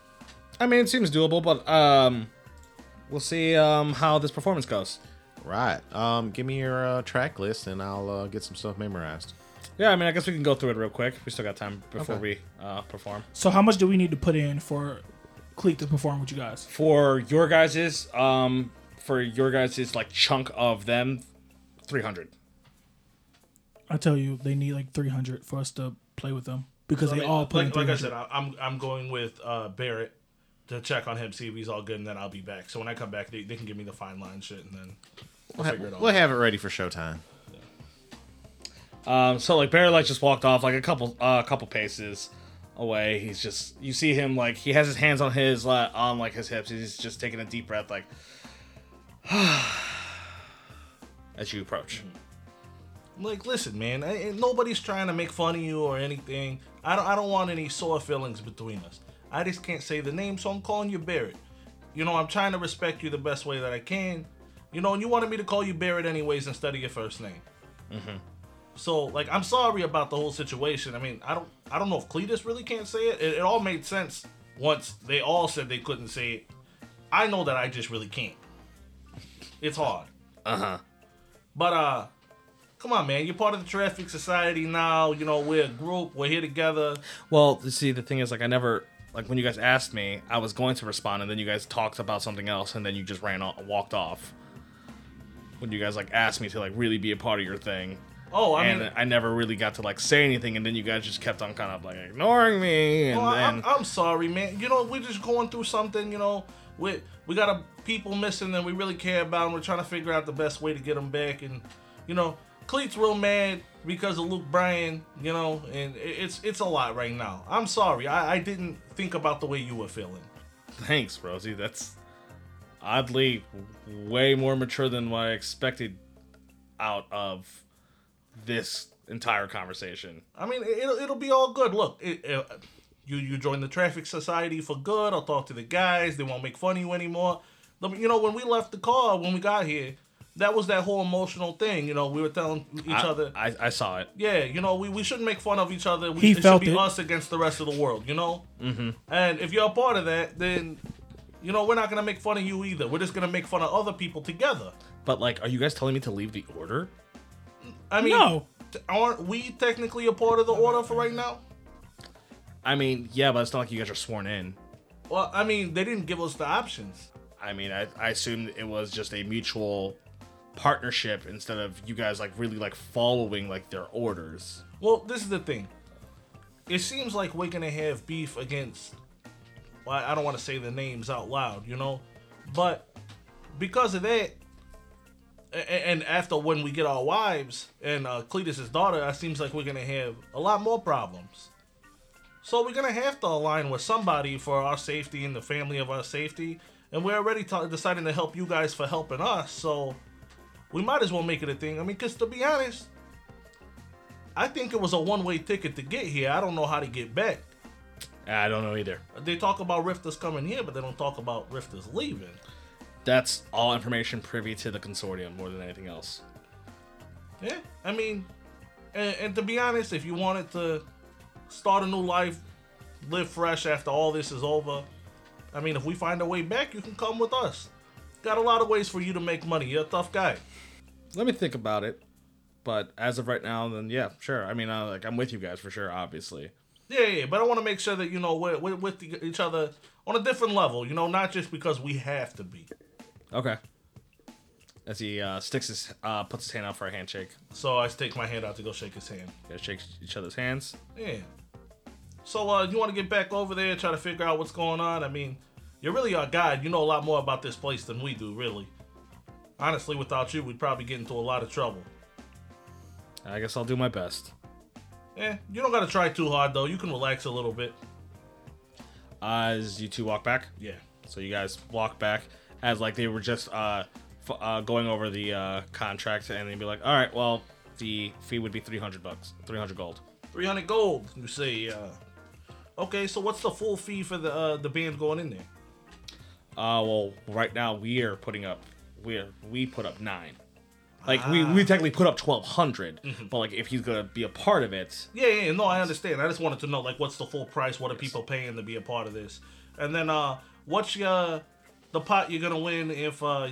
I mean, it seems doable, but um, we'll see um how this performance goes. Right. Um, give me your uh, track list and I'll uh, get some stuff memorized. Yeah, I mean, I guess we can go through it real quick. We still got time before we Okay. uh, perform. So how much do we need to put in for Cleek to perform with you guys? For your guys's, um, for your guys's like chunk of them, three hundred. I tell you, they need like 300 for us to play with them because they I mean, all put in like, like I 300. said, I, I'm I'm going with uh, Barrett to check on him, see if he's all good, and then I'll be back. So when I come back, they, they can give me the fine line shit, and then we'll, We'll, figure it out. have it ready for showtime. Um, so like Barry like just walked off like a couple uh, a couple paces away. He's just you see him like he has his hands on his uh, on like his hips. He's just taking a deep breath like <sighs> as you approach. Like, listen, man, I, I- nobody's trying to make fun of you or anything. I don't, I don't want any sore feelings between us. I just can't say the name, so I'm calling you Barrett. You know, I'm trying to respect you the best way that I can. You know, and you wanted me to call you Barrett anyways instead of your first name. So, like, I'm sorry about the whole situation. I mean, I don't, I don't know if Cletus really can't say it. It, it all made sense once they all said they couldn't say it. I know that I just really can't. It's hard. Uh huh. But uh come on man, you're part of the traffic society now, you know, we're a group, we're here together. Well, you see, the thing is, like, I never like when you guys asked me, I was going to respond, and then you guys talked about something else, and then you just ran off, walked off. When you guys like asked me to like really be a part of your thing, Oh, I and mean I never really got to like say anything, and then you guys just kept on kind of like ignoring me, and well, I- then oh, I'm, I'm sorry, man. You know, we're just going through something, you know. We we got a people missing that we really care about and we're trying to figure out the best way to get them back and you know, Cleet's real mad because of Luke Bryan, you know, and it- it's it's a lot right now. I'm sorry. I, I didn't think about the way you were feeling. thanks, Rosie. That's oddly way more mature than what I expected out of this entire conversation. I mean, it- it'll, it'll be all good. Look, it, it, you you join the traffic society for good. I'll talk to the guys. They won't make fun of you anymore. I mean, You know, when we left the car, when we got here, that was that whole emotional thing. You know, we were telling each I, other, I, I saw it. yeah, you know, we, we shouldn't make fun of each other. We, He it felt should be it. us against the rest of the world, you know? Mm-hmm. And if you're a part of that, then, you know, we're not going to make fun of you either. We're just going to make fun of other people together. But like, are you guys telling me to leave the order? I mean, No. t- aren't we technically a part of the order for right now? I mean, yeah, but it's not like you guys are sworn in. Well, I mean, they didn't give us the options. I mean, I, I assumed it was just a mutual partnership instead of you guys like really like following like their orders. Well, this is the thing. It seems like we're gonna have beef against. Well, I don't want to say the names out loud, you know, but because of that, a- a- and after when we get our wives and uh, Cletus's daughter, it seems like we're gonna have a lot more problems. So we're gonna have to align with somebody for our safety and the family of our safety, and we're already ta deciding to help you guys for helping us. So we might as well make it a thing. I mean, because to be honest, I think it was a one way ticket to get here. I don't know how to get back. I don't know either. They talk about Rifters coming here, but they don't talk about Rifters leaving. That's all information privy to the consortium more than anything else. Yeah, I mean, and, and to be honest, if you wanted to start a new life, live fresh after all this is over, I mean, if we find a way back, you can come with us. Got a lot of ways for you to make money. You're a tough guy. Let me think about it. But as of right now, then yeah, sure. I mean, I, like I'm with you guys for sure, obviously. Yeah, yeah, but I want to make sure that you know we're, we're with each other on a different level. You know, not just because we have to be. Okay. As he uh, sticks his uh, puts his hand out for a handshake. So I take my hand out to go shake his hand. You guys shake each other's hands. Yeah. So uh, you want to get back over there, try to figure out what's going on? I mean, you're really our guide. You know a lot more about this place than we do, really. Honestly, without you, we'd probably get into a lot of trouble. I guess I'll do my best. Eh, you don't gotta try too hard though. You can relax a little bit. As you two walk back, Yeah. So you guys walk back as like they were just uh, f- uh going over the uh contract and they'd be like, all right, well the fee would be three hundred bucks, three hundred gold. 300 gold, you say. Uh, okay, so what's the full fee for the uh, the band going in there? Uh, well right now we are putting up we are we put up nine. Like we, we technically put up twelve but like if he's gonna be a part of it, Yeah, yeah, no, I understand. I just wanted to know, like, what's the full price? What are people paying to be a part of this? And then, uh, what's your the pot you're gonna win if uh,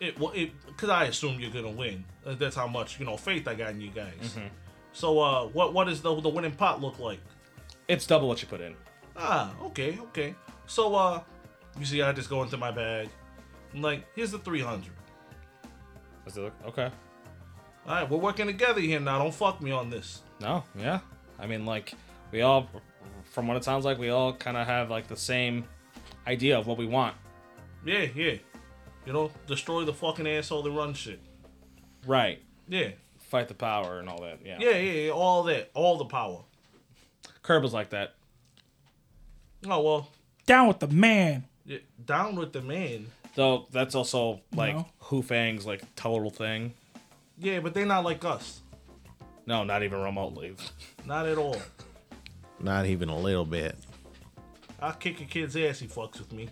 it well, it because I assume you're gonna win. Uh, That's how much you know faith I got in you guys. So, uh, what what does the the winning pot look like? it's double what you put in. Ah, okay, okay. So, uh, you see, I just go into my bag. I'm like, here's the three hundred. I was like, okay, All right, we're working together here now. Don't fuck me on this. no, yeah. I mean like we all, from what it sounds like, we all kind of have like the same idea of what we want. Yeah, yeah. You know, destroy the fucking asshole that runs shit. Right. Yeah. Fight the power and all that. Yeah. Yeah, yeah, yeah, all that, all the power. Curb was like that. Oh well, Down with the man. yeah, down with the man. Though that's also like No. Hu Fang's like total thing. Yeah, but they're not like us. No, not even remotely. Not at all. Not even a little bit. I'll kick a kid's ass. He fucks with me.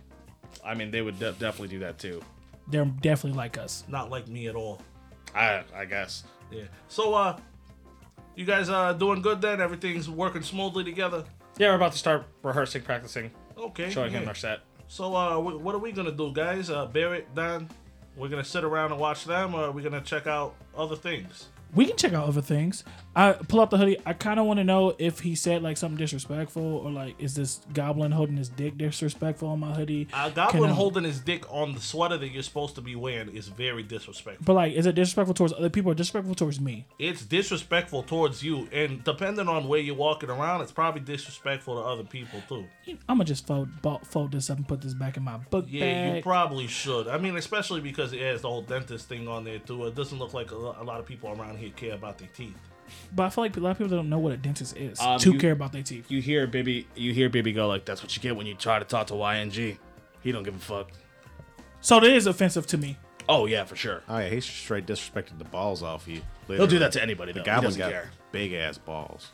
I mean, they would de- definitely do that too. They're definitely like us. Not like me at all. I I guess. Yeah. So uh, you guys uh doing good then? Everything's working smoothly together. Yeah, we're about to start rehearsing, practicing, Okay. showing him yeah. our set. So uh, wh- what are we gonna do, guys? Uh, Barrett, Don, we're gonna sit around and watch them, or are we gonna check out other things? We can check out other things. I pull up the hoodie. I kind of want to know if he said like something disrespectful or like is this goblin holding his dick disrespectful on my hoodie? A Can goblin I- Uh, holding his dick on the sweater that you're supposed to be wearing is very disrespectful. But like, is it disrespectful towards other people or disrespectful towards me? It's disrespectful towards you, and depending on where you're walking around, it's probably disrespectful to other people too. I'm gonna just fold bo- fold this up and put this back in my book Yeah, you bag. probably should. I mean, especially because it has the whole dentist thing on there too. It doesn't look like a, lo- a lot of people around here care about their teeth. but I feel like a lot of people don't know what a dentist is. Um, to you- care about their teeth. You hear Bibby, you hear Bibby go like, "That's what you get when you try to talk to YNG." He don't give a fuck. So that is offensive to me. Oh yeah, for sure. Oh yeah, he straight disrespected the balls off you. He'll do that to anybody. Though. The He goblin doesn't got care. big ass balls.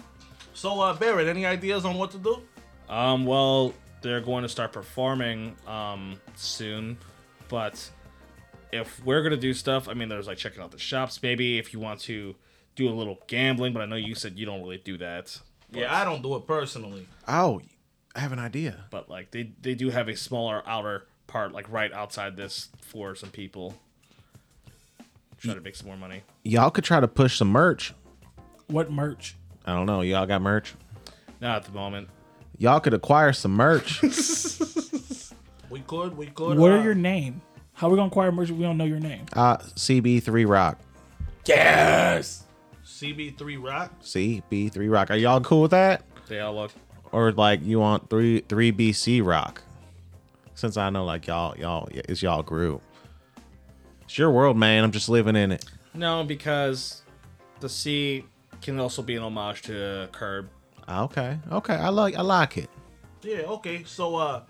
So, uh, Barrett, any ideas on what to do? Um, well, they're going to start performing um soon, but if we're gonna do stuff, I mean, there's like checking out the shops. Maybe if you want to do a little gambling, but I know you said you don't really do that. Yeah, I don't do it personally. Oh, I have an idea. But like they they do have a smaller outer part, like right outside this, for some people. Try to make some more money. Y'all could try to push some merch. What merch? I don't know. Y'all got merch? Not at the moment. Y'all could acquire some <laughs> merch. We could, we could. what uh, are your name? How we gonna acquire merch if we don't know your name? uh, CB3 Rock. Yes. CB3 Rock? CB3 Rock. Are y'all cool with that? They all look. Or like you want three three BC Rock? Since I know like y'all y'all it's y'all group. It's your world, man. I'm just living in it. No, because the C can also be an homage to Curb. Ah, Okay, okay. I like I like it. Yeah, okay. So, uh,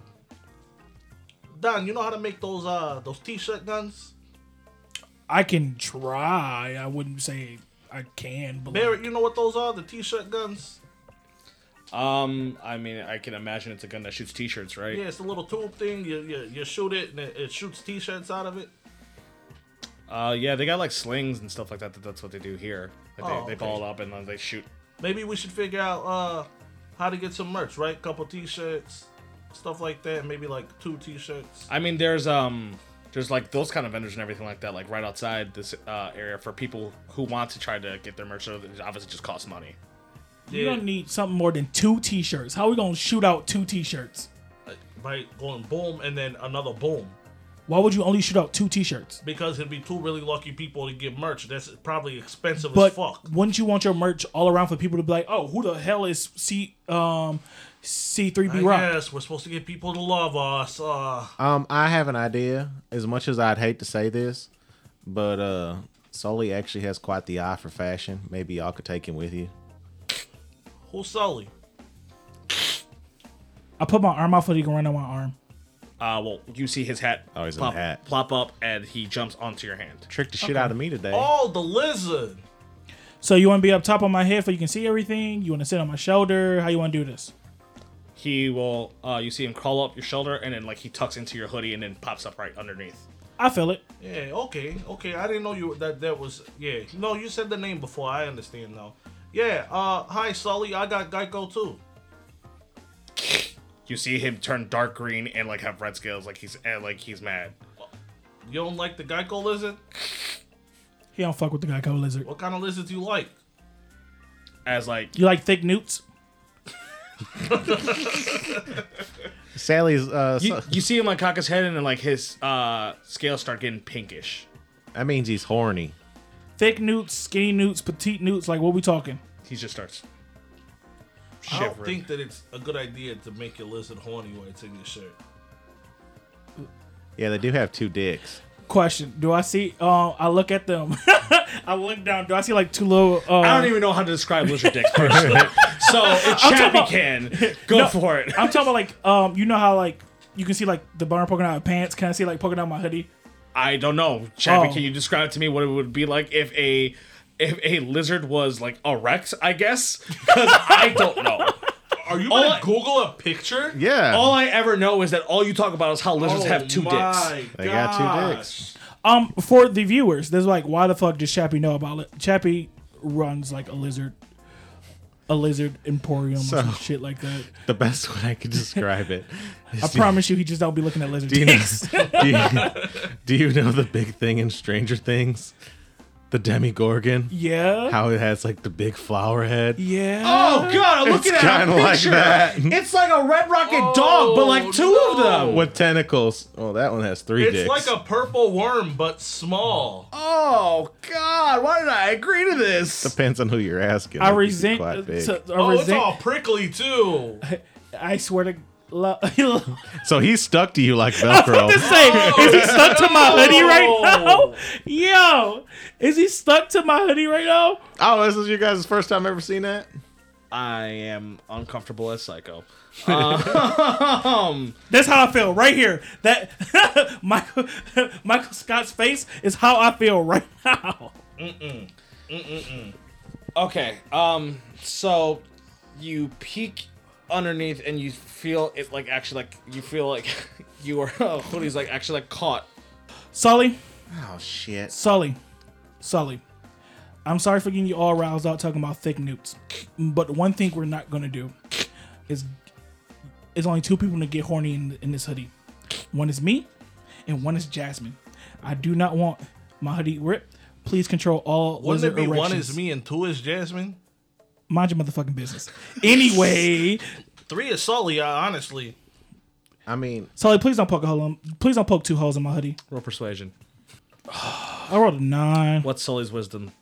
Don, you know how to make those uh those t-shirt guns? I can try. I wouldn't say I can, but like, Barrett, you know what those are? The t-shirt guns? Um, I mean, I can imagine it's a gun that shoots T-shirts, right? Yeah, it's the little tube thing. You you, you shoot it and it, it shoots t-shirts out of it. Uh, yeah, they got like slings and stuff like that. that that's what they do here. Like, they Oh, they okay. ball it up and then they shoot. Maybe we should figure out uh how to get some merch, right? Couple t-shirts, stuff like that. Maybe like two t-shirts. I mean, there's um, there's like those kind of vendors and everything like that, like right outside this uh, area for people who want to try to get their merch. So it obviously just costs money. you Yeah, don't need something more than two t-shirts. How we gonna shoot out two t-shirts? by going boom and then another boom. Why would you only shoot out two t-shirts? Because it'd be two really lucky people to get merch. That's probably expensive as But fuck. wouldn't you want your merch all around for people to be like, oh, who the hell is C um C three B Rock? Yes, we're supposed to get people to love us. Uh, Um, I have an idea. As much as I'd hate to say this, but uh, Sully actually has quite the eye for fashion. Maybe y'all could take him with you. who's Sully? I put my arm out so he can run on my arm. Uh, well, you see his hat. Oh, he's in plop, the hat. Plop up, and he jumps onto your hand. Tricked the shit out of me today. Oh, the lizard. So you want to be up top of my head so you can see everything? You want to sit on my shoulder? How you want to do this? He will. Uh, you see him crawl up your shoulder, and then like he tucks into your hoodie, and then pops up right underneath. I feel it. Yeah, okay, okay. I didn't know you that that was yeah. No, you said the name before. I understand now. Yeah. Uh, hi Sully. I got Geico too. You see him turn dark green and like have red scales, like he's and, like he's mad. You don't like the Geico lizard? He don't fuck with the guy called Lizard. What kind of lizards you like? As like You like thick newts? Sally's. Uh, you, <laughs> so- you see him like cock his head, and then like his uh scales start getting pinkish. that means he's horny. Thick newts, skinny newts, petite newts. Like what we talking? He just starts I don't shivering. think that it's a good idea to make your lizard horny when it's in your shirt. Yeah, they do have two dicks. Question: Do I see? Um, I look at them. <laughs> I look down. Do I see like two little? Uh, I don't even know how to describe lizard <laughs> dicks <laughs> personally. so if Chappie about- can, go No, for it. I'm talking about like um, you know how like you can see like the burn poking out of pants. Can I see like poking out my hoodie? I don't know, Chadwick. Oh. Can you describe to me what it would be like if a if a lizard was like a Rex? I guess because I don't <laughs> know. Are you All gonna I- Google a picture? Oh, Yeah. All I ever know is that all you talk about is how lizards Oh have two my dicks. They got two gosh. dicks. Um, for the viewers, there's like, why the fuck does Chappie know about it? Chappie runs like a lizard, a lizard emporium or some shit like <laughs> that. the best way I could describe it. is I do- promise you, he just don't be looking at lizard <laughs> Do you, know, dicks. do, you, do you know the big thing in Stranger Things? The Demigorgon? <laughs> yeah, How it has like the big flower head? yeah. Oh god, I'm It's looking at kinda a like picture. that. It's like a red rocket dog, but like two of them. With tentacles. Oh, that one has three It's dicks. like a purple worm but small. Oh god, why did I agree to this? <laughs> Depends on who you're asking. I Like, you could resent. Oh, quite big. to- I, Oh, it's resent all prickly too. I swear to. <laughs> Lo- <laughs> to so he's stuck to you like Velcro. say, is he stuck to my hoodie right Oh. now? <laughs> Yo, is he stuck to my hoodie right now? oh, this is you guys' first time ever seeing that? I am uncomfortable as psycho. That's how I feel right here. That <laughs> Michael <laughs> Michael Scott's face is how I feel right <laughs> now. Okay, um, so you peek underneath and you feel it like actually like you feel like <laughs> you are oh, hoodie's like actually like caught. Sully, Oh shit. Sully, Sully. I'm sorry for getting you all roused out talking about thick newts, but one thing we're not gonna do is is only two people to get horny in, in this hoodie. One is me, and one is Jasmine. I do not want my hoodie ripped. Please control all Wouldn't lizard it be one erections. is me and two is Jasmine? Mind your motherfucking business. <laughs> Anyway, Three is Sully, uh, honestly. I mean, Sully, please don't poke a hole in. Please don't poke two holes in my hoodie. Roll persuasion. I rolled a nine. What's Sully's wisdom?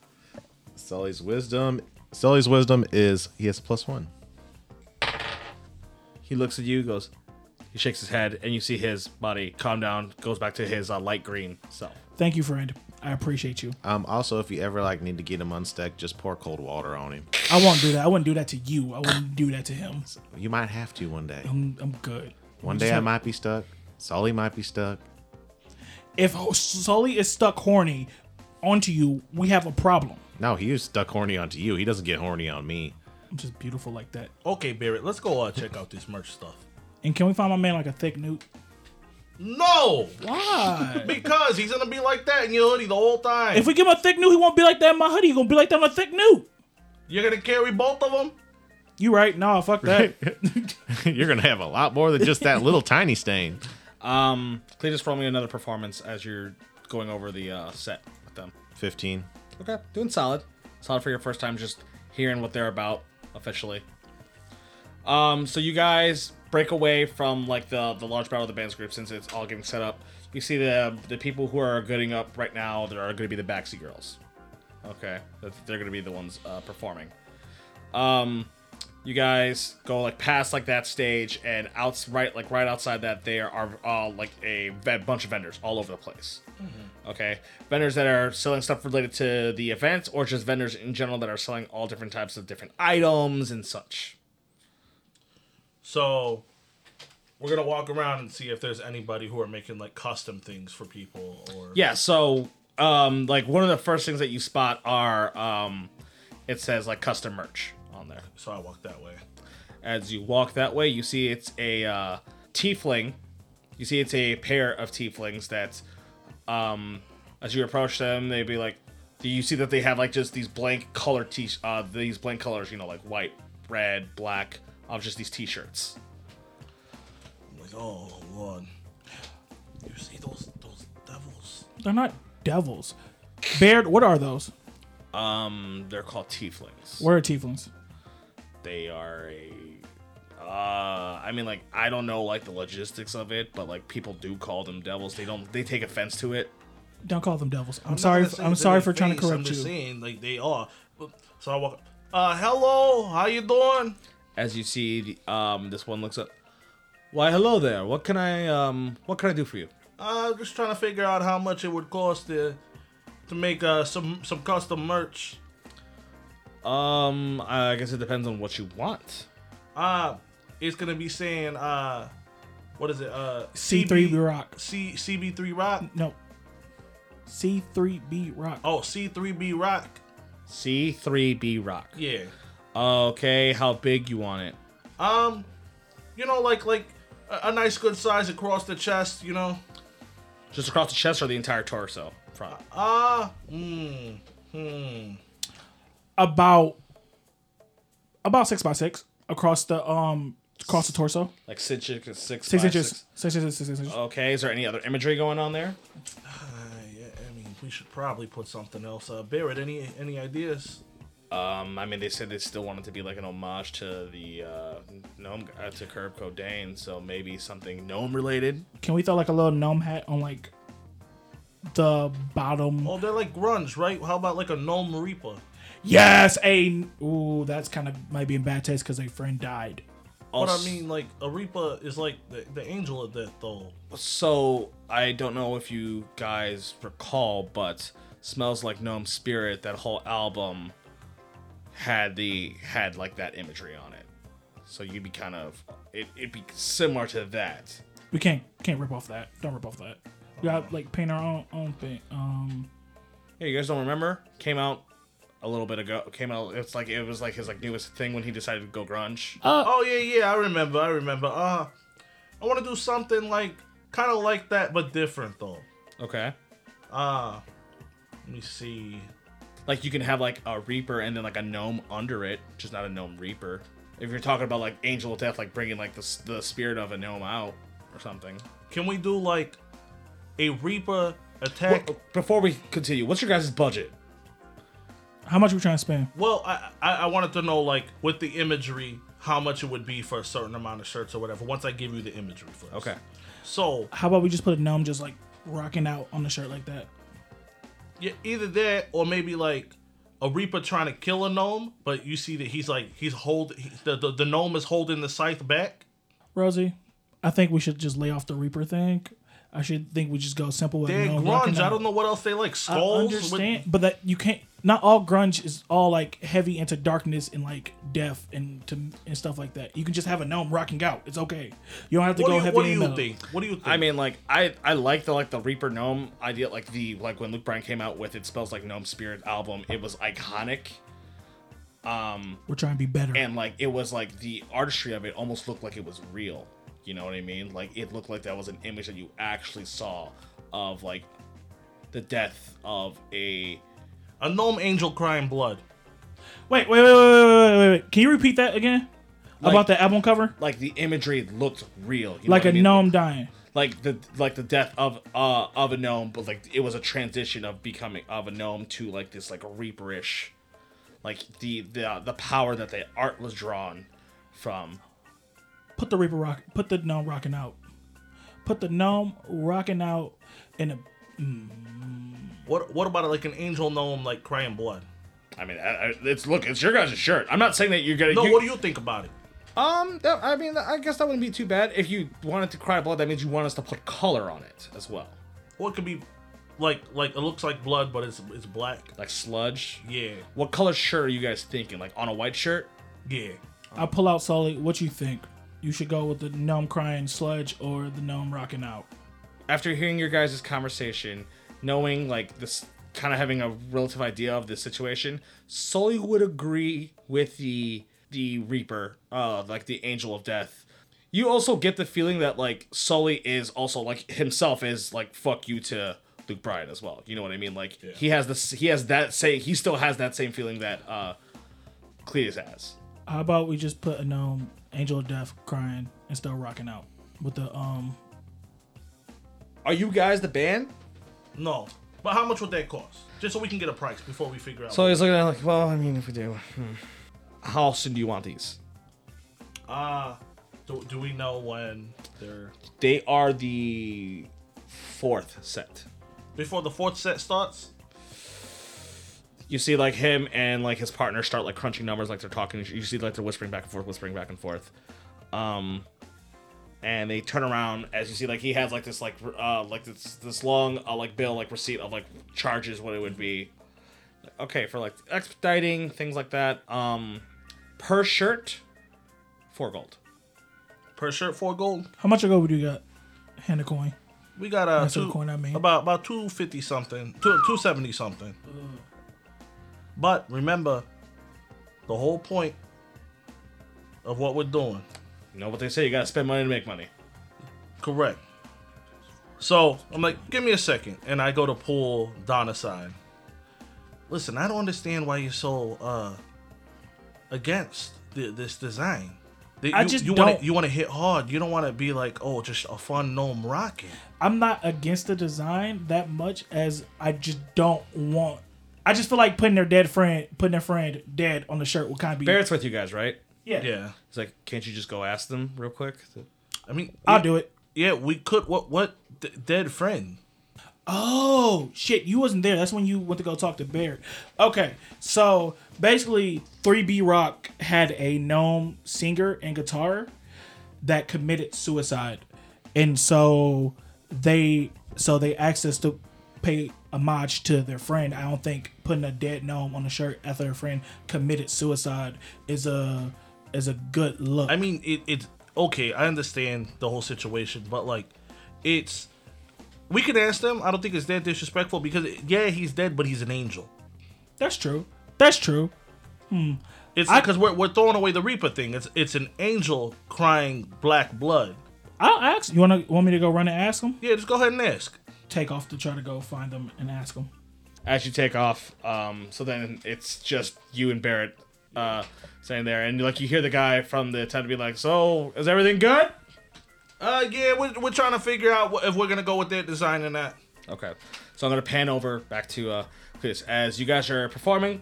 Sully's wisdom. Sully's wisdom is he has plus one. He looks at you, goes, he shakes his head, and you see his body calm down, goes back to his uh, light green self. Thank you, friend. I appreciate you. Um, also, if you ever like need to get him unstuck, just pour cold water on him. I won't do that. I wouldn't do that to you. I wouldn't do that to him. You might have to one day. I'm, I'm good. One day I might be stuck. Sully might be stuck. If Sully is stuck horny onto you, we have a problem. No, he was stuck horny onto you. He doesn't get horny on me. I'm just beautiful like that. Okay, Barrett, let's go uh, check out this merch stuff. And can we find my man like a thick newt? No, <laughs> Why? because he's gonna be like that in your hoodie the whole time. if we give him a thick newt, he won't be like that in my hoodie. He gonna be like that in a thick newt. You're gonna carry both of them. You right? No, fuck that. <laughs> You're gonna have a lot more than just that little tiny stain. Um, Cletus, roll me another performance as you're going over the uh, set with them. Fifteen. Okay, doing solid. Solid for your first time just hearing what they're about officially. Um, so you guys break away from like the the large battle of the bands group since it's all getting set up. You see the the people who are getting up right now. There are going to be the backseat girls. Okay, that- they're going to be the ones uh, performing. Um, you guys go like past like that stage and out right like right outside that there are uh, like a ve- bunch of vendors all over the place. Okay. Vendors that are selling stuff related to the event or just vendors in general that are selling all different types of different items and such. So we're gonna walk around and see if there's anybody who are making like custom things for people or Yeah, so um like one of the first things that you spot are um it says like custom merch on there. So I walk that way. As you walk that way, you see it's a uh tiefling. You see it's a pair of tieflings that um as you approach them, they'd be like you see that they have like just these blank color t uh these blank colors, you know, like white, red, black of just these t-shirts. I'm like, oh lord, you see those those devils? They're not devils. Baird, what are those? Um, they're called tieflings. Where are tieflings? They are a. Uh, I mean, like I don't know like the logistics of it, but like people do call them devils. They don't. They take offense to it. Don't call them devils. I'm, not sorry. gonna say I'm it's in sorry their for trying to face, I'm correct just you. saying, like they are. So I walk. up, Uh, hello, how you doing? As you see, the- um, this one looks up. Why, hello there. What can I um, what can I do for you? Uh, just trying to figure out how much it would cost to to make uh some some custom merch. Um, I guess it depends on what you want. Uh, it's gonna be saying uh what is it? Uh, C3 CB Rock. C CB3 Rock. No. C3B Rock. Oh, C3B Rock. C3B Rock. Yeah. Okay, how big you want it? Um, you know, like like a, a nice good size across the chest. You know. Just across the chest or the entire torso? Front. Ah. mm, About about six by six across the um across the torso. Like six inches, six, Six by inches. six. Oh. Six inches, six inches. Okay, is there any other imagery going on there? Uh, yeah, I mean, we should probably put something else. Uh, Barrett, any any ideas? Um, I mean, they said they still wanted to be like an homage to the uh, gnome uh, to Curb Codain, so maybe something gnome related. Can we throw like a little gnome hat on like the bottom? Oh, they're like grunge, right? How about like a gnome reaper? Yes, a ooh, that's kind of might be in bad taste because a friend died. But I Also- mean, like a reaper is like the, the angel of death, though. So I don't know if you guys recall, but "Smells Like Gnome Spirit" that whole album had the had like that imagery on it. So you'd be kind of it, it'd be similar to that. We can't can't rip off that. Don't rip off that. We got like paint our own own thing. Um, Hey, you guys don't remember? Came out a little bit ago. Came out. It's like it was like his like newest thing when he decided to go grunge. Oh yeah, yeah, I remember, I remember. Uh, I want to do something like kind of like that, but different though. Okay. Uh, let me see. Like you can have like a reaper and then like a gnome under it, just not a gnome reaper. If you're talking about like angel of death, like bringing like the s- the spirit of a gnome out or something. Can we do like a reaper attack? Well, before we continue, what's your guys' budget? how much we trying to spend? Well, I, I I wanted to know like with the imagery how much it would be for a certain amount of shirts or whatever. Once I give you the imagery first. Okay. So How about we just put a gnome just like rocking out on the shirt like that? yeah, either that or maybe like. A reaper trying to kill a gnome, but you see that he's like he's hold he, the, the the gnome is holding the scythe back. Rosie, I think we should just lay off the Reaper thing. I should think we just go simple with They're no locking grunge. I out. don't know what else they like. I Skulls. with- understand, but that you can't. Not all grunge is all like heavy into darkness and like death and to and stuff like that. You can just have a gnome rocking out. It's okay. You don't have to What go do, you, heavy what do you metal. think? What do you think? I mean, like I I like the like the Reaper gnome idea, like the like when Luke Bryan came out with it spells like gnome spirit album, it was iconic We're trying to be better. and like it was like the artistry of it almost looked like it was real. You know what I mean? Like it looked like that was an image that you actually saw of like the death of a a gnome angel crying blood. wait, wait, wait, wait, wait, wait, wait, wait. Can you repeat that again? About the album cover, like the imagery looked real, you know like what a I mean? gnome dying. like the like the death of uh of a gnome, but like it was a transition of becoming of a gnome to like this like reaperish, like the the the power that the art was drawn from. Put the Reaper rock. Put the gnome rocking out. Put the gnome rocking out in a What What about like an angel gnome like crying blood? I mean, I, I, it's look, it's your guys' shirt. I'm not saying that you're gonna. No, what do you think about it? um, that, I mean, I guess that wouldn't be too bad if you wanted to cry blood. That means you want us to put color on it as well, Or it could be like like it looks like blood, but it's it's black. like sludge. Yeah, What color shirt are you guys thinking? Like on a white shirt? yeah. I pull out Sully. What you think? You should go with the gnome crying sludge or the gnome rocking out. after hearing your guys' conversation, knowing like this kind of having a relative idea of the situation, Sully would agree with the the Reaper, uh, like the Angel of Death. You also get the feeling that like Sully is also like himself is like fuck you to Luke Bryan as well. You know what I mean? Like he has this, he has that say, he still has that same feeling that uh Cletus has. How about we just put a gnome angel of death crying and still rocking out with the um. Are you guys the band? No, but how much would that cost? Just so we can get a price before we figure out. So he's looking at it like, well, I mean, if we do, hmm. how soon do you want these? uh do, do we know when they're They are the fourth set. before the fourth set starts? You see, like him and like his partner start like crunching numbers, like they're talking. You see, like they're whispering back and forth, whispering back and forth. Um, and they turn around as you see, like he has like this, like uh, like this this long uh, like bill, like receipt of like charges, what it would be. Okay, for like expediting things like that. Um, per shirt, four gold. per shirt, four gold. How much ago would you got? Hand a coin. We got uh, That's what two, a coin I mean. about about two fifty something, two two seventy something. But remember, the whole point of what we're doing You know what they say? You gotta spend money to make money. Correct. So I'm like, give me a second, and I go to pull Don aside. Listen, I don't understand why you're so uh against th- this design. That I you, just you wanna- don't- you want to hit hard. You don't want to be like, oh, just a fun gnome rocket. I'm not against the design that much as I just don't want. I just feel like putting their dead friend, putting their friend dead on the shirt would kind of be. Barrett's with you guys, right? yeah, Yeah, He's like, can't you just go ask them real quick? I mean, I'll yeah, do it. Yeah, we could. What? What? D- dead friend. Oh shit, you wasn't there. That's when you went to go talk to Barrett. Okay, so basically, 3B Rock had a gnome singer and guitar that committed suicide, and so they so they asked us to pay homage to their friend. I don't think putting a dead gnome on a shirt after their friend committed suicide is a is a good look. I mean, it, it's okay. I understand the whole situation, but like, it's we could ask them. I don't think it's that disrespectful because yeah, he's dead, but he's an angel. That's true. That's true. It's I- because we're, we're throwing away the Reaper thing. It's it's an angel crying black blood. I'll ask. You wanna want me to go run and ask them? Yeah, just go ahead and ask. Take off to try to go find them and ask them. As you take off, um, so then it's just you and Barrett uh, standing there, and like you hear the guy from the tent be like, "So is everything good?" Uh, yeah, we're, we're trying to figure out wh- if we're gonna go with that design or not. Okay. So I'm gonna pan over back to uh Chris. As you guys are performing,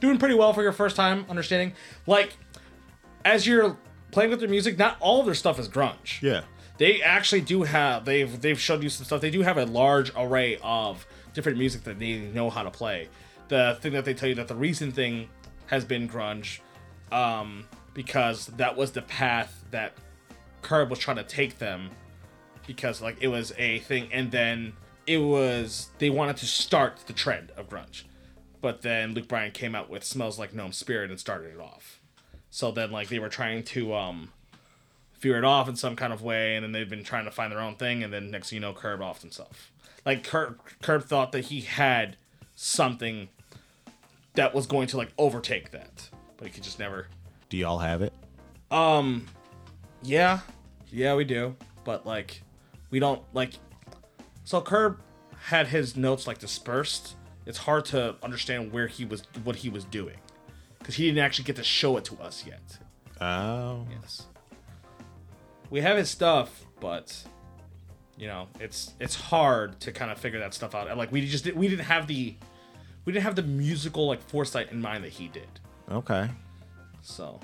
doing pretty well for your first time understanding. Like, as you're playing with their music, not all of their stuff is grunge. Yeah. They actually do have they've they've showed you some stuff. They do have a large array of different music that they know how to play. The thing that they tell you that the recent thing has been grunge, um, because that was the path that Curb was trying to take them because like it was a thing and then it was they wanted to start the trend of grunge but then luke bryan came out with smells like gnome spirit and started it off so then like they were trying to um fear it off in some kind of way and then they've been trying to find their own thing and then next thing you know curb off himself like curb curb thought that he had something that was going to like overtake that but he could just never Do y'all have it? yeah, yeah, we do. But like, we don't like. So Curb had his notes like dispersed. It's hard to understand where he was, what he was doing, because he didn't actually get to show it to us yet. Oh. Yes. We have his stuff, but you know, it's it's hard to kind of figure that stuff out. And like, we just did, we didn't have the we didn't have the musical like foresight in mind that he did. Okay. So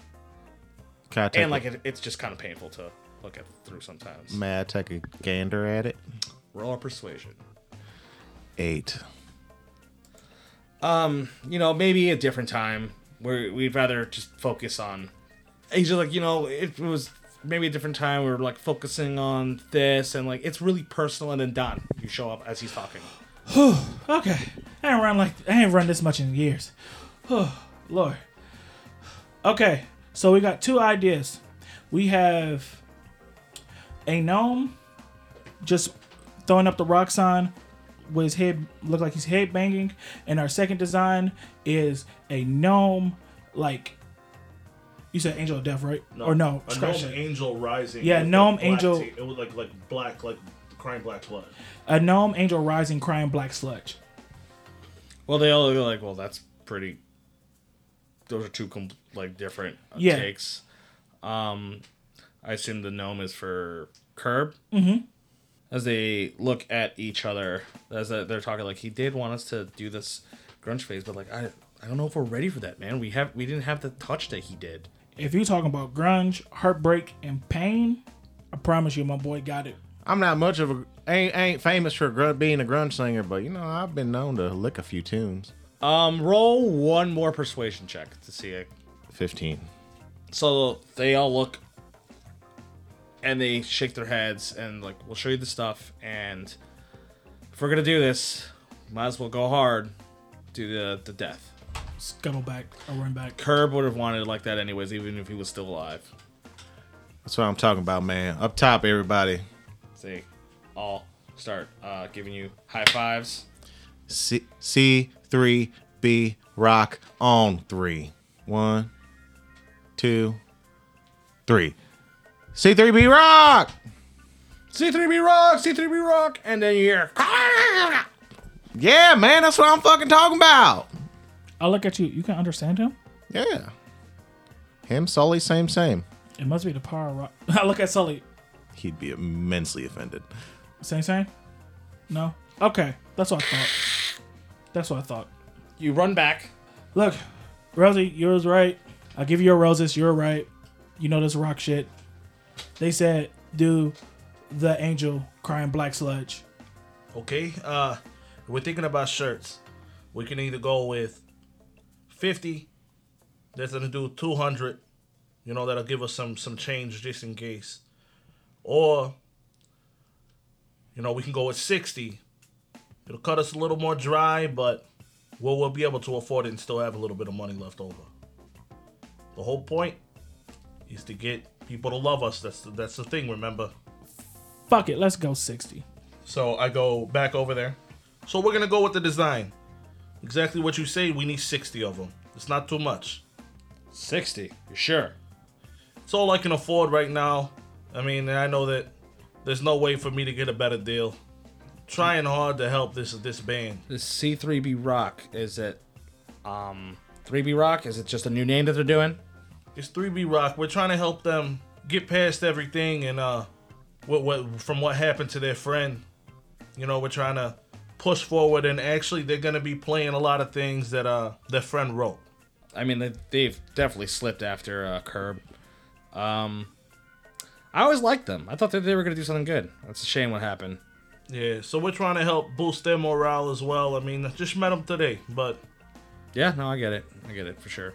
Can I take and like, a, it, it's just kind of painful to look at through sometimes. may I take a gander at it? Roll a persuasion. Eight. You know, maybe a different time where we'd rather just focus on. He's just like, you know, it was maybe a different time we were like focusing on this and like it's really personal. And then Don, you show up as he's talking. Okay. I ain't run like I ain't run this much in years. <sighs> Lord. Okay, so we got two ideas. We have a gnome just throwing up the rock sign with his head look like he's head banging, and our second design is a gnome like you said angel of death, right? or no, a scratch gnome that. angel rising. Yeah, with, gnome black angel- tea- It was like like black, like crying black blood. a gnome angel rising crying black sludge. Well, they all look like, well, that's pretty. Those are two com- like different uh, Yeah. takes. Um, I assume the gnome is for Curb. As they look at each other, as they- they're talking, like he did want us to do this grunge phase, but like I, I don't know if we're ready for that, man. We have, we didn't have the touch that he did. If you're talking about grunge, heartbreak, and pain, I promise you, my boy got it. I'm not much of a ain't ain't famous for grud, being a grunge singer, but you know I've been known to lick a few tunes. Um, roll one more persuasion check to see it. Fifteen. So they all look and they shake their heads and like we'll show you the stuff and if we're gonna do this, might as well go hard, do the the death. Scuttle back, or run back. Curb would have wanted it like that anyways, even if he was still alive. That's what I'm talking about, man. Up top, everybody. They all start uh, giving you high fives. C C three B rock on three. One, two, three. C three B rock. C3B Rock, C3B Rock, and then you hear. Yeah, man, that's what I'm fucking talking about. I look at you. You can understand him. Yeah. Him, Sully, same, same. It must be the power. Rock. <laughs> I look at Sully. He'd be immensely offended. Same, same. No. Okay, that's what I thought. That's what I thought. You run back. Look, Rosie, you was right. I give you your roses. You're right. You know this rock shit. They said do the angel crying black sludge. Okay, uh, we're thinking about shirts. We can either go with 50, that's gonna do 200, you know, that'll give us some some change just in case. Or, you know, we can go with 60. It'll cut us a little more dry, but we'll, we'll be able to afford it and still have a little bit of money left over. The whole point is to get people to love us. That's the, that's the thing, remember? Fuck it, let's go sixty. So I go back over there. So we're gonna go with the design. Exactly what you say. We need 60 of them. It's not too much. 60. You're sure? It's all I can afford right now. I mean, I know that there's no way for me to get a better deal. Trying hard to help this this band. The C3B Rock, is it. Um, 3B Rock? Is it just a new name that they're doing? It's 3B Rock. We're trying to help them get past everything and uh, what what from what happened to their friend. You know, we're trying to push forward and actually they're gonna be playing a lot of things that uh their friend wrote. I mean, they, they've definitely slipped after uh, Curb. Um, I always liked them. I thought that they were going to do something good. That's a shame what happened. Yeah, so we're trying to help boost their morale as well. I mean, I just met them today, but Yeah, no, I get it. I get it for sure.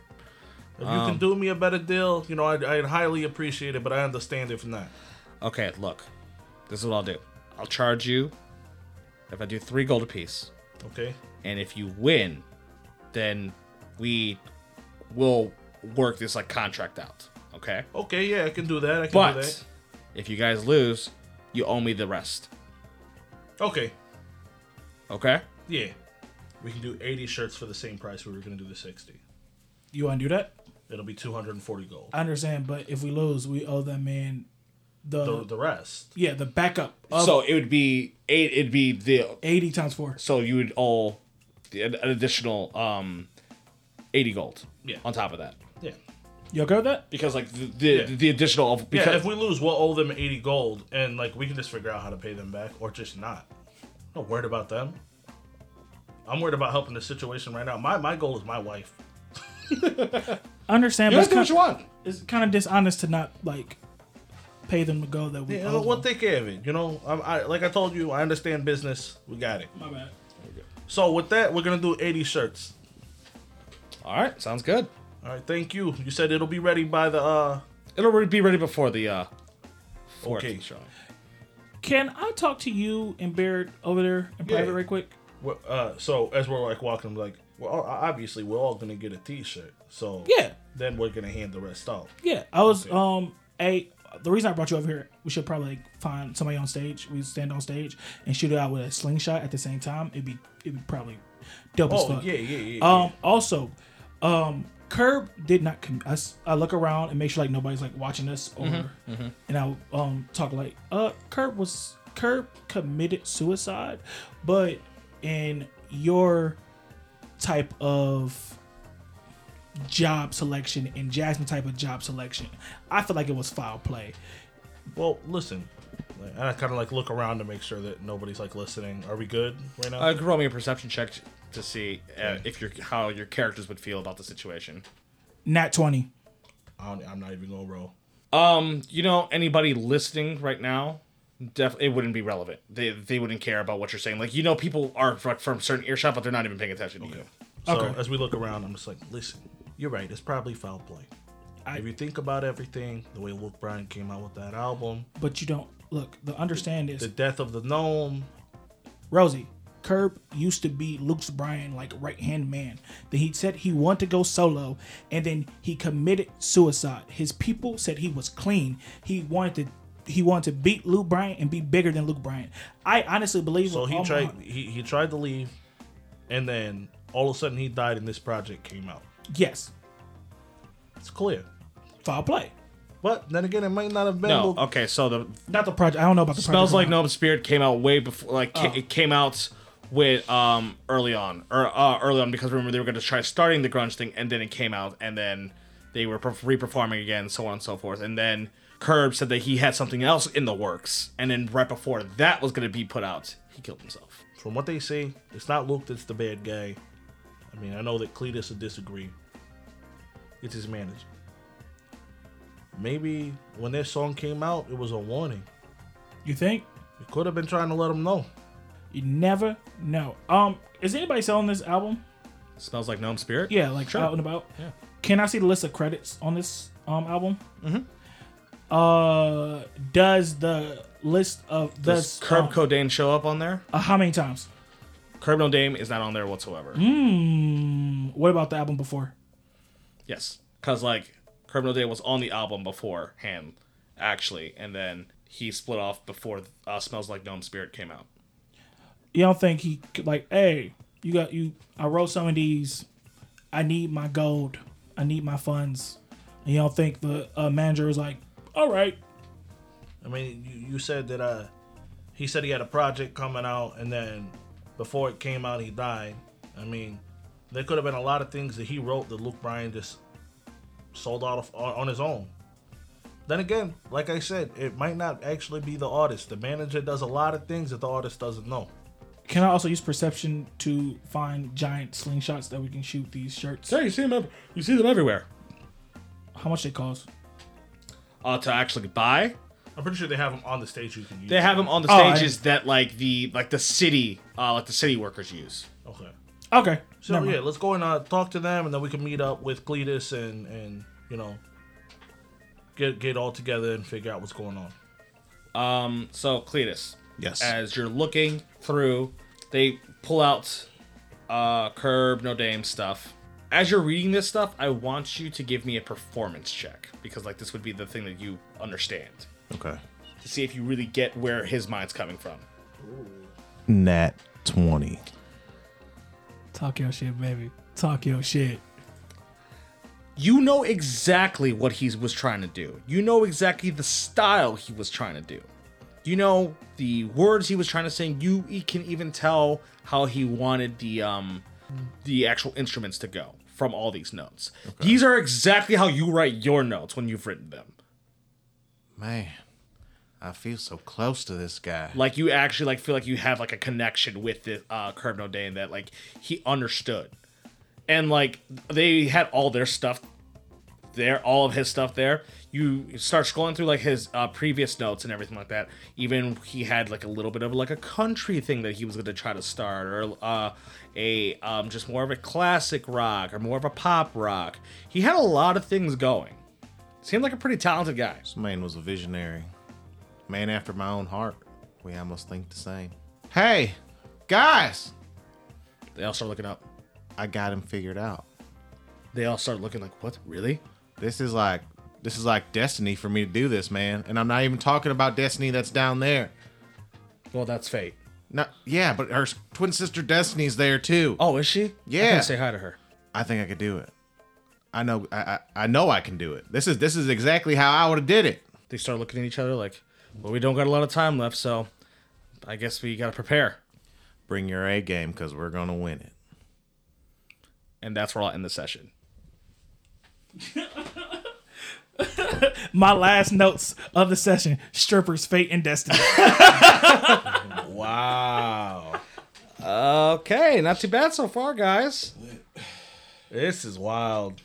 if you Um, can do me a better deal, you know, I'd, I'd highly appreciate it, but I understand if not. Okay, look. This is what I'll do. I'll charge you if I do three gold apiece. Okay? and if you win, then we will work this like contract out. Okay. Okay, yeah, I can do that. I can do But that. if you guys lose, you owe me the rest. Okay, Okay. yeah. We can do 80 shirts for the same price we were going to do the 60. You want to do that? It'll be 240 gold. I understand, but if we lose, we owe them man the, Um, The, the rest. yeah the backup of So it would be eight. It'd be the eighty times four. so you would owe the- an additional um eighty gold. Yeah. On top of that, Yeah. You okay with that? because like the the, Yeah. the additional of because yeah, if we lose, we'll owe them 80 gold, and, like, we can just figure out how to pay them back or just not. I'm not worried about them. I'm worried about helping the situation right now. My, my goal is my wife. I understand, you but guys it's do kind, what you want. it's kind of dishonest to not like pay them to go that we. Yeah, owe we'll them. take care of it. You know, I'm, I like I told you, I understand business. We got it. My bad. So with that, we're gonna do 80 shirts. All right, sounds good. All right, thank you. You said it'll be ready by the uh. It'll be ready before the uh. Fourth Okay. showing. Can I talk to you and Baird over there in private, Yeah. right quick? wh- Uh, so as we're like walking, I'm like, well, o- obviously we're all gonna get a T-shirt. So Yeah. Then we're gonna hand the rest out. Yeah, I was um a the reason I brought you over here, we should probably like, find somebody on stage. We stand on stage and shoot it out with a slingshot at the same time. It'd be it'd be probably dope as Oh fuck. yeah, yeah, yeah. yeah. Um. Also, um, Curb did not. Com- I, s- I look around and make sure like nobody's like watching us or, and I um talk like uh Curb was Curb committed suicide, but in your type of job selection and Jasmine type of job selection, I feel like it was foul play. well, listen. Like, and I kind of like look around to make sure that nobody's like listening. Are we good right now? Uh, roll me a perception check to see uh, if your how your characters would feel about the situation. Nat twenty. I don't, I'm not even gonna roll. Um, you know, anybody listening right now, def- it wouldn't be relevant. They they wouldn't care about what you're saying. Like you know, people are fr- from certain earshot, but they're not even paying attention to you. So Okay. as we look around, I'm just like, listen, you're right. It's probably foul play. if you think about everything, the way Luke Bryan came out with that album, But you don't look. The understand is the death of the gnome, Rosie. Curb used to be Luke's Bryan like right hand man. Then he said he wanted to go solo, and then he committed suicide. His people said he was clean. He wanted to. He wanted to beat Luke Bryan and be bigger than Luke Bryan. I honestly believe. So with he all my tried heart- he, he tried to leave, and then all of a sudden he died, and this project came out. Yes, It's clear. foul play. But then again, it might not have been. No, Luke- okay, so the Not the project. I don't know about the Smells project. Like No Other Spirit came out way before, like, Oh. ca- it came out with, um, early on, or, uh, early on, because remember they were going to try starting the grunge thing, and then it came out, and then they were perf- re-performing again, so on and so forth, and then Curb said that he had something else in the works, and then right before that was going to be put out, he killed himself. From what they say, it's not Luke that's the bad guy. I mean, I know that Cletus would disagree. It's his manager. Maybe when their song came out, it was a warning. You think? It could have been trying to let him know. You never know. Um, is anybody selling this album? Smells Like No Other Spirit? Yeah, like out and about. Yeah. Can I see the list of credits on this um album? Mm-hmm. Uh, does the list of Does does Curb um, Codane show up on there? uh, how many times? Curb No Dame is not on there whatsoever. What about the album before? Yes, because like Criminal Day was on the album before him, actually, and then he split off before uh, Smells Like Gnome Spirit came out. You don't think he could, like? Hey, you got you. I wrote some of these. I need my gold. I need my funds. And you don't think the uh, manager was like, all right, I mean, you, you said that uh, he said he had a project coming out, and then before it came out, he died. I mean, there could have been a lot of things that he wrote that Luke Bryan just sold out of, on, on his own. Then again, like I said, it might not actually be the artist. The manager does a lot of things that the artist doesn't know. Can I also use perception to find giant slingshots that we can shoot these shirts? you see them. You see them everywhere. How much they cost? Uh, to actually buy, I'm pretty sure they have them on the stage you can use. they have them on the Oh, I- stages that like the like the city uh, like the city workers use. Okay. Okay. So never yeah, mind. let's go and uh, talk to them, and then we can meet up with Cletus and and you know get get all together and figure out what's going on. Um, so Cletus, Yes. as you're looking through, they pull out uh Curb No Dame stuff. As you're reading this stuff, I want you to give me a performance check because like this would be the thing that you understand. Okay. to see if you really get where his mind's coming from. Nat 20. Talk your shit, baby. Talk your shit. You know exactly what he was trying to do. You know exactly the style he was trying to do. You know the words he was trying to sing. You e- can even tell how he wanted the um the actual instruments to go from all these notes. These are exactly how you write your notes when you've written them. Man, I feel so close to this guy. Like you actually like feel like you have like a connection with the uh Curb No Day and that like he understood. And like they had all their stuff there, all of his stuff there. You start scrolling through like his uh, previous notes and everything like that. Even he had like a little bit of like a country thing that he was going to try to start, or uh, a um, just more of a classic rock, or more of a pop rock. He had a lot of things going. Seemed like a pretty talented guy. This man was a visionary. Man after my own heart. We almost think the same. Hey, guys! They all start looking up. I got him figured out. They all start looking like, what? Really? This is like this is like destiny for me to do this, man. And I'm not even talking about destiny that's down there. Well, that's fate. No, yeah, but her s- twin sister Destiny's there too. Oh, is she? I Yeah. can say hi to her. I think I could do it. I know, I, I, I know I can do it. This is this is exactly how I would have did it. They start looking at each other like, well, we don't got a lot of time left, so I guess we got to prepare. Bring your A game because we're gonna win it. And that's where I'll end the session. My last notes of the session: strippers, fate, and destiny. Wow. <laughs> Okay, not too bad so far, guys. This is wild.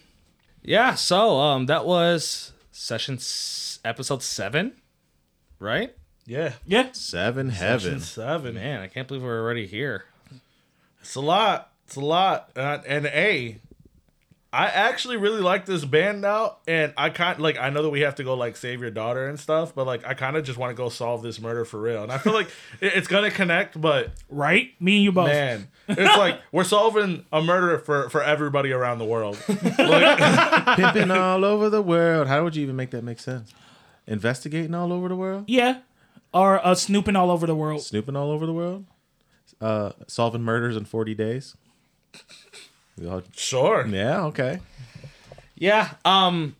Yeah, so um, that was session s- episode seven, right? Yeah. yeah. Seven heaven. Seven. Man. Man, I can't believe we're already here. It's a lot. It's a lot. Uh, and A, I I actually really like this band now, and I kind like I know that we have to go like save your daughter and stuff, but like I kind of just want to go solve this murder for real, and I feel like <laughs> it- it's gonna connect. But right? Me and you both. man, it's like we're solving a murder for for everybody around the world. <laughs> Pimping all over the world. How would you even make that make sense? Investigating all over the world? Yeah. Or uh, snooping all over the world. Snooping all over the world? Uh, solving murders in 40 days? <laughs> We all- <laughs> Sure. Yeah, okay. Yeah. Um,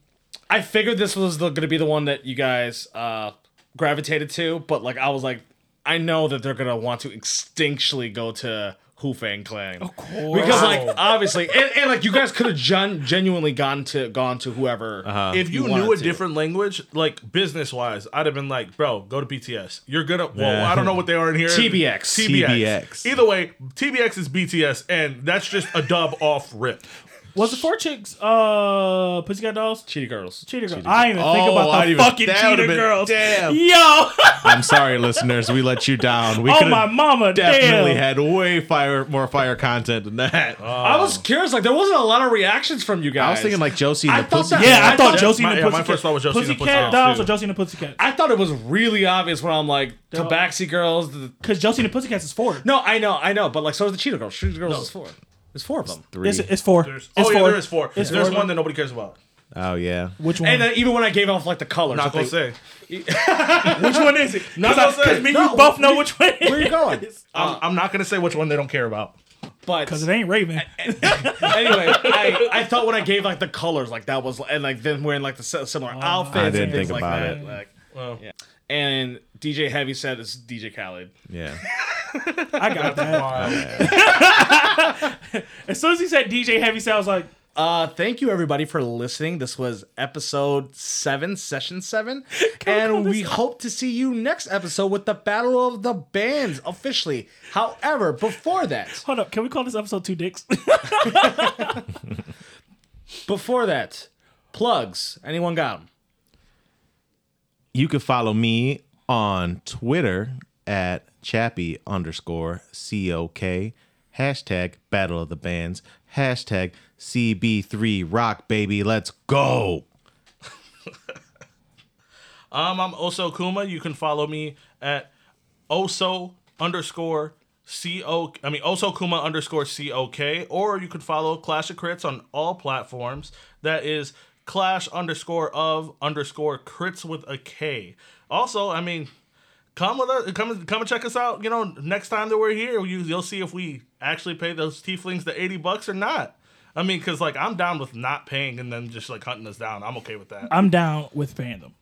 I figured this was the, gonna be the one that you guys uh gravitated to, but like I was like, I know that they're gonna want to extinctly go to Hu Fang Clan. Of course. Because like obviously, and, and like you guys could have gen- genuinely gone to gone to whoever. Uh, Uh-huh. If you, knew a different language, like business wise, I'd have been like, bro, go to BTS. You're gonna. Well, Yeah. I don't know what they are in here. TBX. TBX. TBX. Either way, TBX is BTS, and that's just a dub off rip. Was it four chicks? Uh, Pussycat Dolls? Cheetah girls. Cheetah Girls. I didn't even think Oh, about the I didn't even- fucking that would've Cheetah been- Girls. <laughs> damn. Yo. I'm sorry, listeners. We let you down. We oh, could've my mama. definitely Damn. had way fire more fire content than that. I was curious, like there wasn't a lot of reactions from you guys. I was thinking like Josie and I the thought that- Pussycat. yeah, I, I thought, thought- Josie my- and the yeah, my Pussycat. first thought was Josie and the Pussycat Pussycat Oh, Dolls too. or Josie and the Pussycat? Uh, I thought it was really obvious when I'm like Tabaxi girls. The, Because Josie and the Pussycats is four. no, I know, I know, but like so is the Cheetah girls. Cheetah girls is four. There's four of them. Three. It's, it's four. There's, it's oh four. yeah, there is four. It's There's four. one that nobody cares about. oh yeah. Which one? And then even when I gave off like the colors, Not like, gonna they- say. which one <laughs> is it? Not Because gonna say. me and No, you both know which one. <laughs> Where you going? I'm, I'm not gonna say which one they don't care about. But Because it ain't Raven. anyway, I, I thought when I gave like the colors, like that was, and like them wearing like the si- similar outfits I and didn't things think like about that. it. Like, Well, yeah. And DJ Heavy said it's DJ Khaled. Yeah. I got that. Why? <laughs> As soon as he said DJ Heavy, I was like, Uh, thank you everybody for listening. This was episode seven, session seven, and we hope to see you next episode with the battle of the bands officially. However, before that, hold up, can we call this episode Two Dicks? <laughs> before that, plugs. Anyone got them? You can follow me on Twitter at Chappie underscore C O K. Hashtag Battle of the Bands. Hashtag CB3 Rock Baby. Let's go. Um, I'm Oso Kuma. You can follow me at Oso underscore C O I mean Oso Kuma underscore C O K, or you can follow Clash of Crits on all platforms. That is Clash underscore of underscore crits with a K. Also, I mean, come with us come come and check us out you know next time that we're here you, you'll see if we actually pay those tieflings the 80 bucks or not i mean because like i'm down with not paying and then just like hunting us down i'm okay with that I'm down with <laughs> fandom.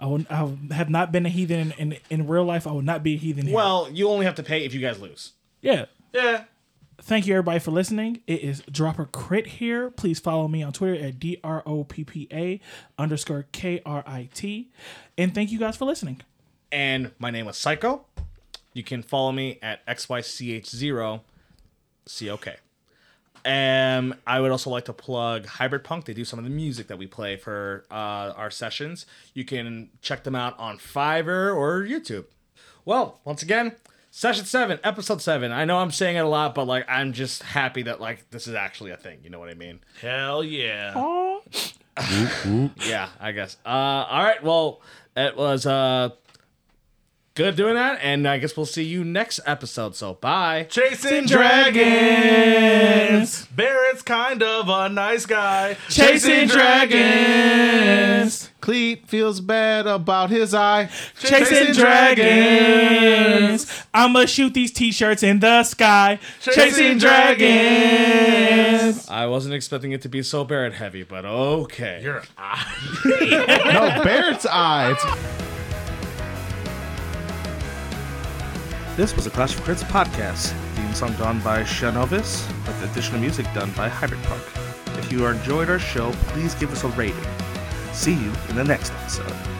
I, will, I have not been a heathen in, in, in real life. I will not be a heathen. Here. Well, you only have to pay if you guys lose. yeah. yeah Thank you everybody for listening. It is Dropper Crit here. Please follow me on Twitter at D R O P P A underscore K R I T. And thank you guys for listening. and my name was Psycho. You can follow me at XYCH0COK. Um, I would also like to plug Hybrid Punk. They do some of the music that we play for uh, our sessions. You can check them out on Fiverr or YouTube. Well, once again, session seven, episode seven. I know I'm saying it a lot, but like I'm just happy that like this is actually a thing. You know what I mean? hell yeah Aw. yeah, I guess. Uh, all right. Well, it was uh, good doing that, and I guess we'll see you next episode. So bye. Chasing dragons. Barrett's kind of a nice guy. Chasing dragons. Cleet feels bad about his eye. Chasing dragons. I'ma shoot these t-shirts in the sky. Chasing dragons. I wasn't expecting it to be so Barrett heavy, but okay. You're No, Barrett's eye. It's This was a Clash of Crits podcast. Theme song done by Shanovis, with additional music done by Hybrid Park. If you enjoyed our show, please give us a rating. See you in the next episode.